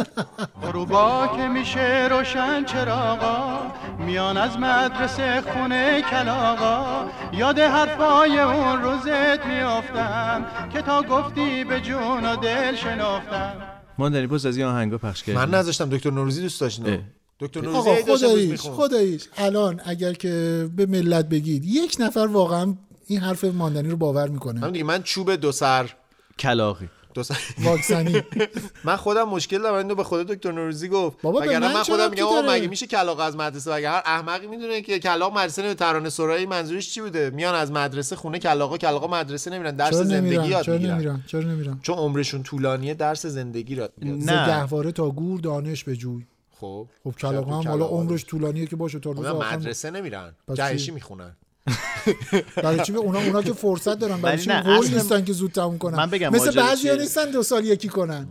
غروبا که میشه روشن چراغا میان از مدرسه خونه کلاغا یاد حرفای اون روزت میافتم که تا گفتی به جون و دل شنافتم ماندنی پست از این آهنگا پخش کردیم من نذاشتم دکتر نوروزی دوست داشتم دکتر نوروزی آقا هی داشت امروز خداییش می‌خوند. خداییش الان اگر که به ملت بگید یک نفر واقعا این حرف ماندنی رو باور من میکنه دیگه من چوب دو سر کلاقی دو سر *laughs* واکسنی من خودم مشکل دارم اینو به خود دکتر نوروزی گفت بابا به وگرنه من من چه خودم ربطی میگم آقا داره؟ مگه میشه کلاغ از مدرسه وگرنه هر احمقی میدونه که کلاغ مدرسه نمیره ترانه سرایی منظورش چی بوده میان از مدرسه خونه کلاغا کلاغا مدرسه نمیرن درس چرا زندگی نمیرم یاد چرا میگیرن نمیرم چرا نمیرم چون عمرشون طولانیه درس زندگی یاد میگیرن ز گهواره تا گور دانش به جوی خب خب کلاغ هم حالا عمرش طولانیه که باشه تا روز اونا آخر مدرسه نمیرن پس چی؟ جهشی میخونن برای چی به اونا اونا که فرصت دارن برای ولی چی نه، هول اصل- نیستن که زود تموم کنن من بگم مثل ماجرا بعضیا چیه؟ نیستن دو سال یکی کنن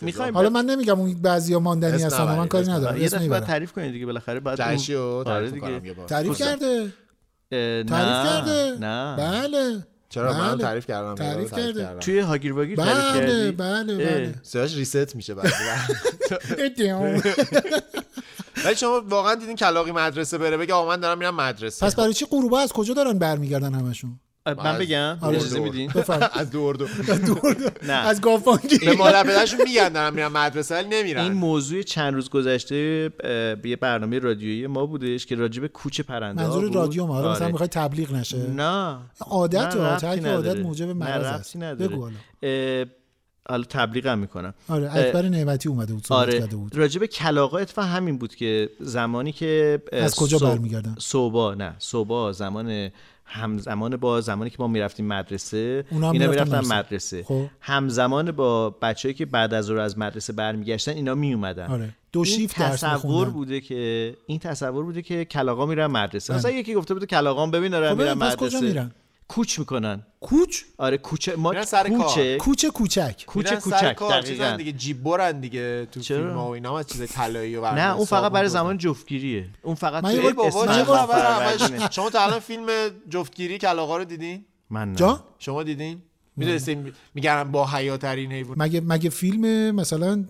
میخوایم حالا من نمیگم اون بعضیا ماندنی اسم هستن من نبرید، کاری اسم ندارم یه اسم دفعه باید میبرم تعریف کنید دیگه بالاخره باید اون- جهشی رو آره تعریف می‌کنم یه دیگه بار. خب، تعریف درسته. کرده اه، نه تعریف کرده نه بله چرا من بله. تعریف کردم یه بار تعریف کرده. توی هاگیر واگیر تعریف بله کردی بله اه. بله صداش ریست میشه *laughs* بعد ادیام. ولی شما واقعا دیدین کلاقی مدرسه بره بگه آقا من دارم میرم مدرسه پس برای چی غروبه از کجا دارن برمیگردن همشون اه، من از بگم دور اجازه دور. میدین بفرم از دور دور نه آره. *laughs* از گافانگی به مادر پدرشون میگن دارم میرم مدرسه ولی این نمیرن موضوع چند روز گذشته اه، به یه برنامه رادیویی ما بودش که راجع به کوچه پرنده منظور رادیو ما آره مثلا میخوای تبلیغ نشه نه عادت نه، ها ربطی ترک نداره. عادت موجب مرض نه است ربطی نداره بگو حالا اه، حالا تبلیغم میکنم آره اکبر نعمتی اومده بود صحبت آره کرده بود راجع به کلاغا اتفاق همین بود که زمانی که اه، از کجا صبح- برمیگردن؟ صبح نه صبح زمان همزمان با زمانی که ما میرفتیم مدرسه اونا هم اینا می‌رفتن میرفتن مدرسه. مدرسه خب. همزمان با بچههایی که بعد از ظهر از مدرسه برمیگشتن اینا میومدن آره. دو شیفت درس تصور می‌خوندن. بوده که این تصور بوده که کلاغا میرن مدرسه مثلا یکی گفته بوده کلاغا ببین دارن بله. خب، میرن پس کجا مدرسه میرن؟ کوچ میکنن کوچ آره کوچه ما میرن سر کار. کوچه کوچه کوچک کوچه میرن سر کوچک کار، چیزن دقیقاً دیگه جیب برن دیگه تو چرا؟ فیلم ها و اینا هم از چیز طلایی و برنامه نه اون فقط صابون برای برن. زمان جفتگیریه اون فقط من یه توی ای بابا اسم چه زمان خبر فروردینه. همش شما تا الان فیلم جفتگیری کلاغا رو دیدین من نه. جا شما دیدین میدونستین میگن با حیاترین حیوان مگه مگه فیلم مثلا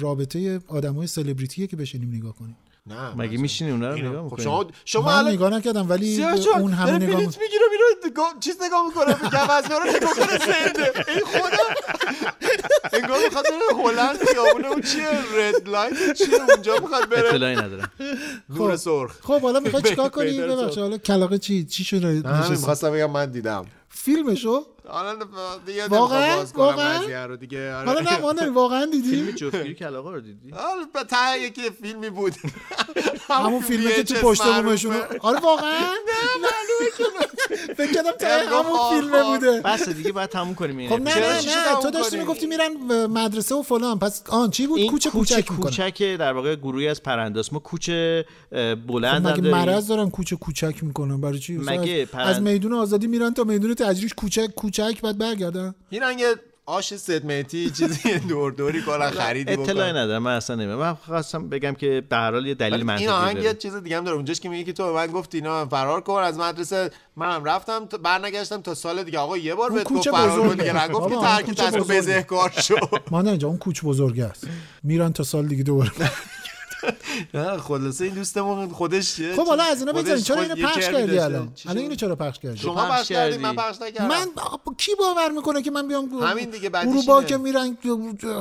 رابطه آدمای سلبریتیه که بشینیم نگاه کنیم نه مگه میشینی اونا رو اینا. نگاه خب میکنی شما شما من الان نگاه نکردم ولی سیاه جان اون همه داره نگاه بلیت میگیره میره گا- چیز نگاه میکنه *laughs* گوزنا رو نگاه کنه زنده این خدا انگار میخواد بره هلند خیابونه اون چیه رد لایت چیه اونجا میخواد بره اطلاعی *laughs* ندارم نور سرخ خب حالا *laughs* میخوای چیکار بین- کنی بین ببخش سر. حالا کلاقه چی چی شده نه، همین نشستی؟ میخواستم بگم من دیدم فیلمشو حالا دیگه واقعاً؟ نمیخوام باز کنم واقعاً؟ قضیه رو دیگه آره. حالا *laughs* نه ما نه، واقعا فیلم دیدی *laughs* جفتگیری کلاغا رو دیدی حالا به ته یکی فیلمی بود همون فیلمه که تو VHS پشت بومشون معروفه. آره *laughs* واقعا فکر کردم تا امرو همون فیلمه آخر. بوده بس دیگه باید تموم کنیم این خب نه اپیزود. چرا نه شیشه نه تموم تو داشتی کنی؟ میگفتی میرن اه، مدرسه و فلان پس آن چی بود این کوچه کوچک میکنن کوچک در واقع گروهی از پرنداست ما کوچه اه، بلند هم خب مگه داریم. مرض دارن کوچه کوچک میکنن برای چی مثلا مگه از, پرند- از میدون آزادی میرن تا میدون تجریش کوچک کوچک بعد برگردن این رنگ آش سدمتی چیزی *laughs* دور دوری کنن خریدی اطلاعی بکنن ندارم من اصلا نمیدونم من خواستم بگم که به هر حال یه دلیل منطقی این آهنگ یه داره چیز دیگه هم داره اونجاش که میگه که تو به من گفتی اینا فرار کن از مدرسه منم رفتم تا- برنگشتم تا سال دیگه آقا یه بار اون بهت گفت کوچه فرار کن بزرگه. دیگه نگفتی بابا، اون ترک کوچه دست بزرگه. *laughs* بزهکار شو ما نه اینجا اون کوچ بزرگه است میرن تا سال دیگه دوباره *laughs* نه، خلاصه این دوستمون خودش یه خب حالا چیز- از اینا خودش بگذاریم چرا خود اینو یه پخش کرمی کردی داشته. الان چی الان شد؟ اینو چرا پخش کردی شما پخش پخش کردی کردی. من پخش نکردم من آقا کی باور میکنه که من بیام همین دیگه، بعدیش اروپا اینه. که میرن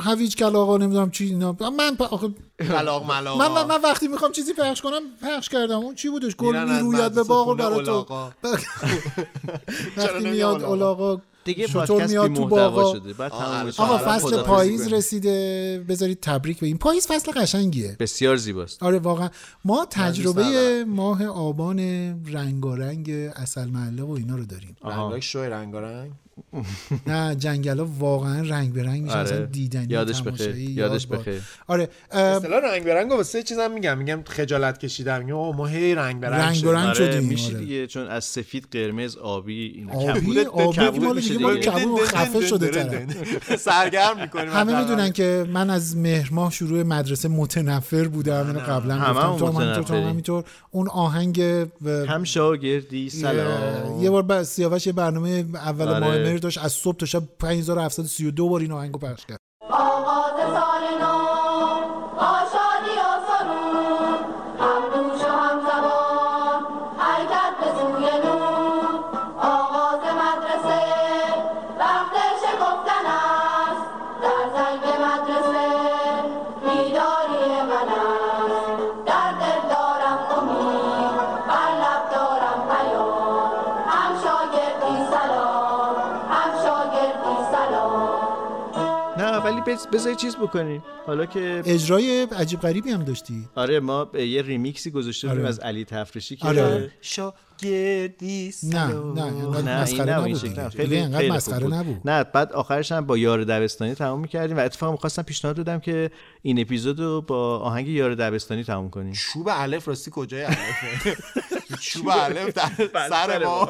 هویج کلاغا نمیدونم چی اینا من پ... آخه طلاق ملاقا من, من, من وقتی میخوام چیزی پخش کنم پخش کردم اون چی بودش گل میرن از میروید به مدرسه باغ و خونه برا تو الاغا. *laughs* چرا وقتی نمیگم میاد الاغا؟ اولاغا دیگه شطور پادکست میاد بی تو محتوا باغا. شده بعد آه، تموم الان آقا آره، فصل خداحافظی پاییز کنیم. رسیده بذارید تبریک به این پاییز فصل قشنگیه بسیار زیباست آره واقعا ما یعنی تجربه ندارم. ماه آبان رنگارنگ اصل محله و اینا رو *laughs* داریم رنگاک شوی رنگارنگ خب. نه جنگلا واقعا رنگ به رنگ میشن آره. اصلا دیدنی یادش تماشایی، بخیر. یاد یادش باد. بخیر. آره اه، اصطلاح رنگ برنگ واسه چیزم میگم میگم خجالت کشیدم میگم آقا ما هی رنگ برنگ رنگ شدیم. برنگ آره شدیم میشه آره. دیگه چون از سفید قرمز آبی این آبی آبی کبودت که مال میشه دیگه مال دیگه. کبود خفه شده تره تره *laughs* سرگرم میکنیم همه میدونن که من از مهر ماه شروع مدرسه متنفر بودم اینو قبلا همه گفتم هم تو هم همینطور تو هم متنفریم. همینطور اون آهنگ و- هم شاگردی اه، سلام یه بار بر سیاوش یه برنامه اول آره. ماه مهر داشت از صبح تا شب 5732 بار این آهنگو پخش کرد آغاز سال نو با شادی و سرور هم دوش و هم زبان حرکت به سوی نور آغاز مدرسه وقت شکفتن است در زنگ مدرسه بیداری من است در دل دارم امید بر لب دارم پیام هم شاگردی سلام هم شاگردی سلام نه ولی بز- بذار یه چیز بکنیم حالا که اجرای عجیب غریبی هم داشتی آره ما به یه ریمیکسی گذاشته بودیم آره. از علی تفرشی که آره. شاگردی نه نه نه، این انقدر مسخره نه، این نبود شکل دیگه. نه. دیگه انقدر خیلی مسخره خوب بود. نبود نه بعد آخرش هم با یار دبستانی تموم میکردیم و اتفاقا میخواستم پیشنهاد دادم که این اپیزود رو با آهنگ یار دبستانی تموم کنیم چوب الف راستی کجای *laughs* الفه چوب الف بله در سر ما *laughs*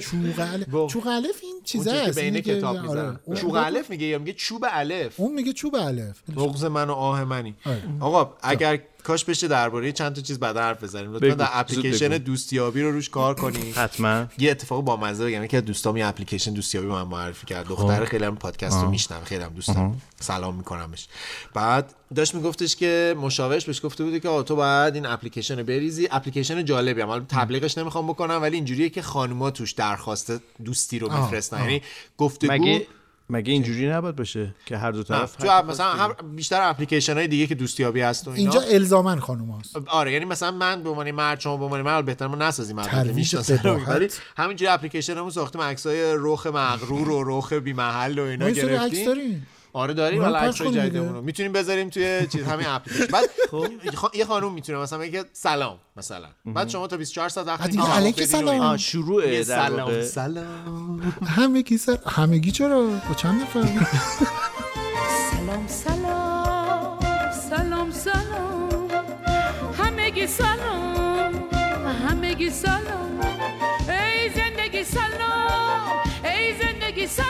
چوغل گفت. چوغ الف این چیزه اون چیزی که است به این عین دیگه- کتاب آره. میزنن اون- چوب الف خب. میگه یا میگه چوب الف اون میگه چوب الف بغض من و آه منی آره. آقا اگر کاش بشه درباره چند تا چیز بعد حرف بزنیم لطفا بگو. در زود اپلیکیشن بگو. دوستیابی رو روش کار کنی حتما یه اتفاق با مزه بگم یکی از دوستام یه اپلیکیشن دوستیابی به من معرفی کرد دختر خیلی هم پادکست رو میشنم خیلی هم دوستم سلام میکنمش بعد داشت میگفتش که مشاورش بهش گفته بوده که آقا تو باید این اپلیکیشن رو بریزی اپلیکیشن جالبی هم حالا تبلیغش نمیخوام بکنم ولی اینجوریه که خانوما توش درخواست دوستی رو میفرستن یعنی گفتگو مگه مگه اینجوری نباید باشه که هر دو نه، طرف تو حق- مثلا هم بیشتر اپلیکیشن های دیگه که دوستیابی هست و اینا اینجا الزامن *laughs* خانوم هاست آره یعنی مثلا من به عنوان مرد شما به عنوان مرد بهتر ما نسازیم البته ترویج می‌شناسم. قباحت. *laughs* ولی همینجوری اپلیکیشنمون ساختیم عکسای رخ مغرور و رخ بی محل و اینا ما یه سری عکس گرفتیم داریم آره داریم اونا رو حالا پخش عکسای کنیم دیگه. جدیدمون رو میتونیم بذاریم توی چیز همین اپلیکیشن *laughs* بعد خب یه خانم میتونه مثلا بگه سلام مثلا بعد شما تا 24 ساعت وقت بعد می‌گیری دیگه جواب علیک بدین و سلام. اینا. آه شروع یه در سلام واقع سلام همگی سر همگی چرا با چند نفر سلام سلام سلام سلام همگی سلام همگی سلام ای زندگی سلام ای زندگی سلام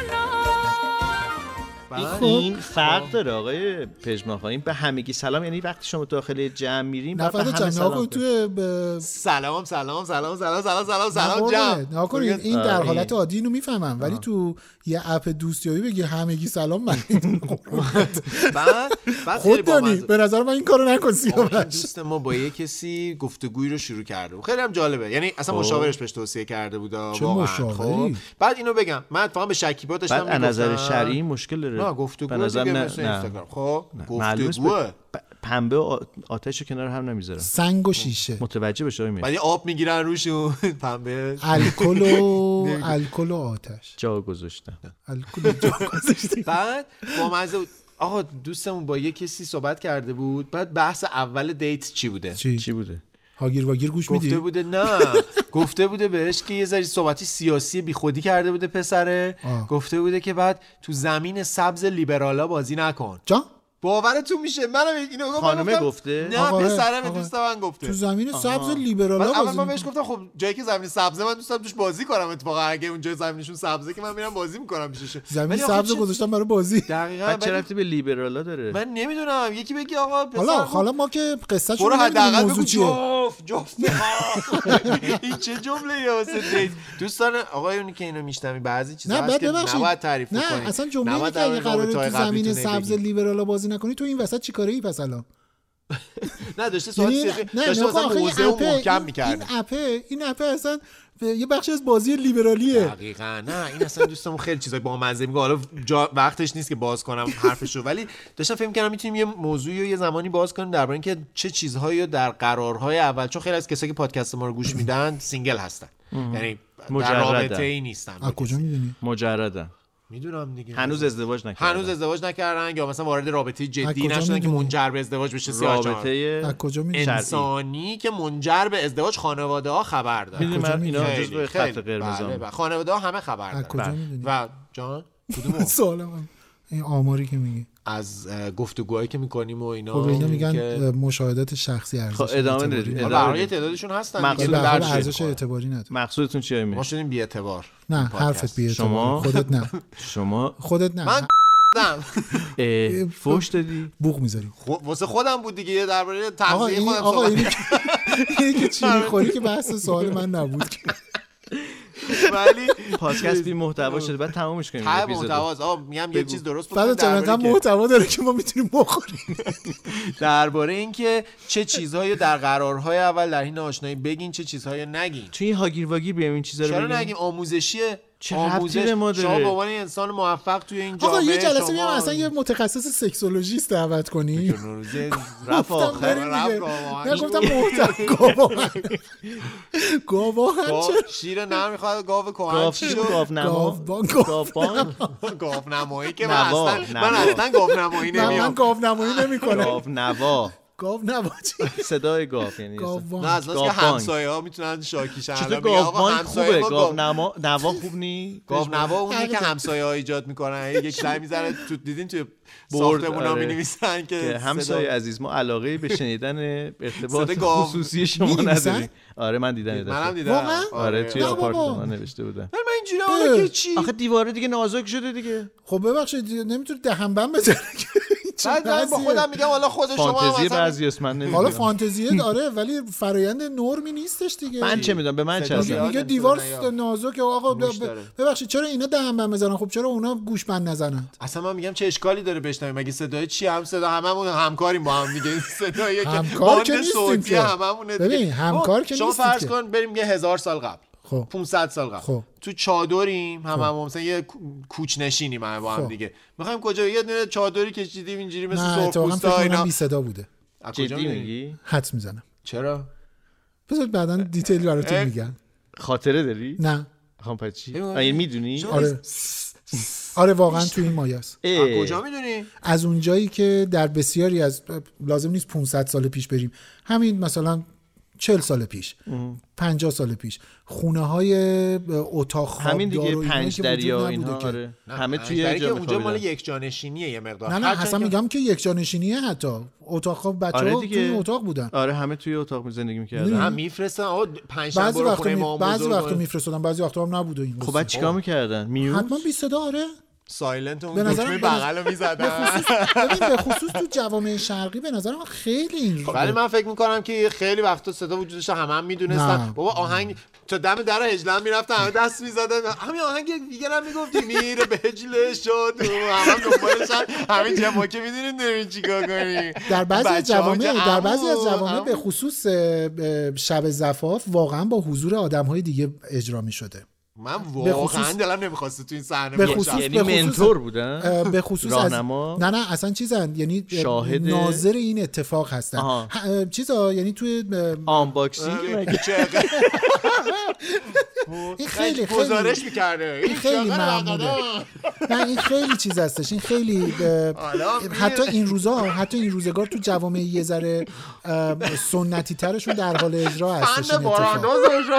این- بله. خب. این فرق داره آقای پژماخ این به همگی سلام یعنی وقتی شما داخل جمع میریم باید به نفر همه جمعه ها سلام کنیم. کن توی ب- سلام سلام سلام سلام سلام سلام نه سلام قربونه، جمع نه کنین. این در آره. حالت عادی اینو میفهمم ولی تو یه اپ دوستیابی بگی همگی سلام من *laughs* بعد بعد خیلی خود دانی بامزه. به نظر من این کارو نکن آقا، سیاوش دوست ما با یه کسی گفتگویی رو شروع کرده بود خیلی هم جالبه یعنی اصلا خب. مشاورش بهش توصیه کرده بود چه واقعاً. مشاوری؟ خب، بعد اینو بگم من اتفاقا به شکیبا داشتم بعد از نظر می‌گفتم. شرعی مشکل داره نه گفتگو به نظر دیگه نه- مثل نه. اینستاگرام. خب معلومه گفتگوه ب- پنبه و آ- آتش رو کنار هم نمیذارم سنگ و شیشه متوجه بشه آقای مهدی. بعد یه آب میگیرن روشون *laughs* پنبه الکل *laughs* و الکل و آتش جا گذاشتم الکل جا *laughs* گذاشتی. بعد با مزه بود آقا دوستمون با یه کسی صحبت کرده بود بعد بحث اول دیت چی بوده چی چی بوده هاگیر واگیر گوش گفته میدی بوده *laughs* نه گفته بوده بهش که یه ذره صحبتی سیاسی بیخودی کرده بوده پسره آه. گفته بوده که بعد تو زمین سبز لیبرالا بازی نکن جا باورتون میشه منم اینو گفتم خانومه گفتم، گفته؟ نه آقا، پسرم آقا. دوست من گفته تو زمین سبز من لیبرالا اول من بازی بهش گفتم خب جایی که زمین سبزه من دوستم توش بازی کنم اتفاقا اگه اونجا زمینشون سبزه که من میرم بازی میکنم پیششون زمین ولی آخه سبز چه- گذاشتم برای بازی دقیقاً بعد چه ولی ربطی به لیبرالا داره من نمیدونم یکی بگی آقا پسر حالا خب، حالا ما که قصه برو شو حداقل موضوع بگو چیه جفت جفت *laughs* این چه جمله یه واسه دیت دوستان آقای اونی که اینو میشنوی بعضی چیزا نه هست بعد که ببخشید نباید تعریف کنی نه اصلا جمله اینه که اگه قراره تو زمین سبز لیبرالا بازی نکنی تو این وسط چیکاره ای پس الان نه داشته سوال یعنی سیاسی نه داشته نه واسه آخه این موضع اپه محکم این, میکرد این اپه این اپه اصلا به- یه بخشی از بازی لیبرالیه دقیقا نه این اصلا دوستمون خیلی چیزای با مزه میگه حالا جا وقتش نیست که باز کنم حرفشو ولی داشتم فکر کردم میتونیم یه موضوعی رو یه زمانی باز کنیم درباره اینکه چه چیزهایی رو در قرارهای اول چون خیلی از کسایی که پادکست ما رو گوش میدن سینگل هستن یعنی در مجردن. رابطه ای نیستن از کجا میدونی مجردم میدونم دیگه هنوز ازدواج نکردم هنوز ازدواج نکردن یا مثلا وارد رابطه از جدی کجا نشدن که می‌دونی؟ منجر به ازدواج بشه سیاه جان. رابطه از کجا میدونی شرعی. انسانی که منجر به ازدواج خانواده ها خبر داره میدونی کجا من اینا خیلی، جزو خط خیلی. قرمزام بله، بله. خانواده ها همه خبر از دارن کجا میدونی و جان کدوم سوالم هم. این آماری که میگی از اه، گفتگوهایی که میکنیم و اینا خب اینا که- میگن اه، مشاهدات شخصی ارزش خب، ادامه اعتباری ندید. نداره. حالا ادامه. برای یه تعدادشون هستن دیگه مقصود به که هر حال درک ارزش کنن. اعتباری نداره مقصودتون چیه ما می شدیم بی *laughs* اعتبار نه حرفت بی شما- خودت نه شما خودت نه من اه، فوش دادی بوق میذاری خب، واسه خودم بود دیگه درباره آقا تغذیه این خودم آقا صحبت آره. اینی که اینی که چی میخوری که بحث سوال من *laughs* نبود که خب، ولی پادکست بی محتوا شده بعد تمامش کنیم ته اپیزودو. محتواست آقا میگم یه چیز درست بکنیم بعد چقدر درباره که- محتوا داره که ما میتونیم بخوریم درباره اینکه چه چیزهایی در قرارهای اول در این آشنایی بگین چه چیزهایی نگین توی این هاگیر واگیر بیام این چیزا رو چرا بگیم؟ نگیم آموزشیه چه ربطی آموزش به ما داره؟ شما به عنوان یه انسان موفق توی این جامعه آقا یه جلسه شما- بیام اصلا یه متخصص سکسولوژیست دعوت کنی نوروزی رفت گفتم آخر بریم رفت دیگه آقا. نه گفتم محتوا گاواهن گاواهن گاو چرا شیر نر میخواد گاو کهن گاو چی چی شد *laughs* گاو نما گاوبان گاو بانگ گاو نمایی که من نوا، اصلا من نوا. اصلا گاو نمایی نه من نمیام خب. گاو نمایی نمیکنم گاو نوا گاو نواجی صدای گاو یعنی گاوان نه از که گاوبانگ. همسایه ها میتونن شاکی شن چطور الان میگه آقا گاوبان همسایه خوبه ما گاو گاو *laughs* نما نوا خوب نی گاو نوا اونیه که همسایه ها ایجاد میکنن یک سر میزنه تو دیدین توی ساختمون ها آره. مینویسن که که همسایه عزیز ما علاقه به شنیدن ارتباط صدا گاو. خصوصی شما می‌نویسن؟ نداریم آره من دیدم یه دفعه. منم دیدم واقعا؟ آره توی نه بابا. آپارتمان نوشته بودم ولی من اینجوری آقا که اه. چی آخه دیواره دیگه نازک شده دیگه خب ببخشید نمیتونی دهنبند بزنی که چه بعد من با وضعیه؟ خودم میگم حالا خود شما هم فانتزی اصلا بعضی است من حالا نمیدونم فانتزیه داره ولی فرایند نرمی نیستش دیگه من چه میدونم به من چه صدا اصلا؟ زیاد. میگه یادم دیوار نمیاد. نازک آقا ب- موش ب- داره. ببخشید چرا اینا دهنبند بزنن خب چرا اونا گوشبند نزنن اصلا من میگم چه اشکالی داره بشنویم مگه صدای چی هم صدا هممون همکاریم با هم دیگه این صدایی که همکار باند که نیستیم صوتی که. هممونه دیگه. ببین، همکار خب، که شما نیستیم فرض که. کن بریم یه هزار سال قبل خب. 500 سال قبل خب. تو چادریم هممون مثلا یه کو- کوچ نشینیم همه با هم خب. دیگه میخوایم کجا یه دونه چادری کشیدیم اینجوری مثل نه اتفاقا فکر سرخپوستا کنم اینا بی صدا بوده از کجا جدی می‌دونی؟ میگی حدس میزنم چرا بذارید بعدا دیتیل براتون اه. میگن خاطره داری نه خب پس چی آیا میدونی آره آره واقعا تو این مایه است از کجا میدونی از اونجایی که در بسیاری از لازم نیست 500 سال پیش بریم همین مثلا 40 سال پیش 50 سال پیش خونه های اتاق خوابدار همین و دیگه اینا پنج که وجود دریا و نبوده اینها که. آره همه برای توی که جا اونجا مال میخوابیدن یک جانشینیه یه مقدار نه نه هرچند اصلا که- میگم که یک جانشینیه حتی اتاق خواب بچه آره ها دیگه. توی اتاق بودن آره همه توی اتاق می زندگی میکردن می‌دونی؟ نه میفرستن آقا پنج شنبه بعضی رو وقتا خونه می... امام بعضی بزرگ وقتا باید. میفرستادن بعضی وقتا هم نبوده این خب قصه. بعد چیکار میکردن میوت حتما بی صدا آره سایلنت به اون نظرم- دکمه بغل رو به میزدن خصوص ببین به خصوص تو جوامع شرقی به نظر من خیلی این خب، ولی من فکر میکنم که خیلی وقتا صدا وجود داشته همه هم میدونستن نه. بابا آهنگ تا دم در هجله میرفتن همه دست میزدن همین آهنگ دیگه هم میگفتی میره به هجله شد همه هم دنبالشن همین جماکه میدونیم داریم چیکار کنیم در بعضی از بچه ها جوامع میگن، در بعضی از عمو، جوامع عمو. به خصوص اه، اه، شب زفاف واقعا با حضور آدم های دیگه اجرا می شده من به واقعا خصوص- دلم نمیخواسته تو این صحنه به باشم. خصوص- یعنی به خصوص- منتور بودن به خصوص از راهنما؟ نه نه اصلا چیزن یعنی اه، شاهد؟ ناظر این اتفاق هستن آها. ه- اه، چیزا یعنی توی اه، آنباکسینگ آره. مگه؟ چقدر این خیلی خیلی گزارش میکرده این خیلی معموله نه این خیلی چیز هستش این خیلی اه، حالا می- حتی این روزا حتی این روزگار تو جوامع یه ذره سنتی ترشون در حال اجرا هستش فن این اتفاق بارانداز رو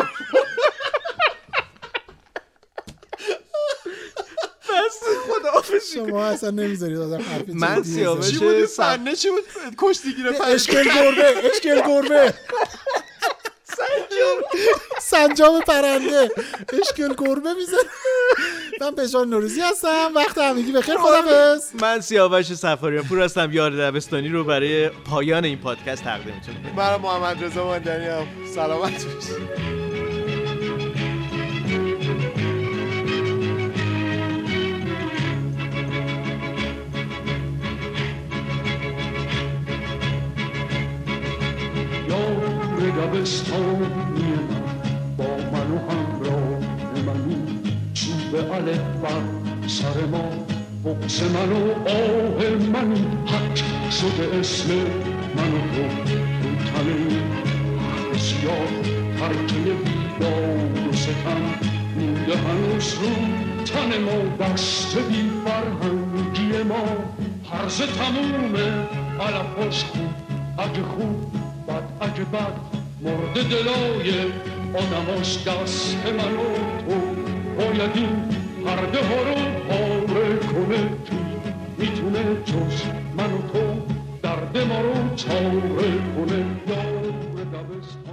شما اصلا نمیذارید آدم حرف من جدی بزنه. سیاوش- چی بود این صحنه چی بود کشتی گیره اشکل گربه اشکل گربه سنجاب پرنده اشکل گربه میزنه من بشار نوروزی هستم وقت همگی بخیر خدافظ من سیاوش سفاریان پور هستم یار دبستانی رو برای پایان این پادکست تقدیمتون می‌کنم. برای محمد رضا ماندنی هم سلامت باشی یار دبستانی من با من و همراه منی چوب علف بر سر ما بغز من و آه منی حق شده اسم من و تو رو تن بسیار ترکه بیداد و ستم مونده هنوز رو تن ما دست بی فرهنگی ما هرزه تمومه علفاش خوب اگه خوب بد اگه بد مرد دلای آدماش دست من و تو باید این پرده ها رو پاره کنه کی میتونه جز من و تو درد ما رو چاره کنه یار دبستان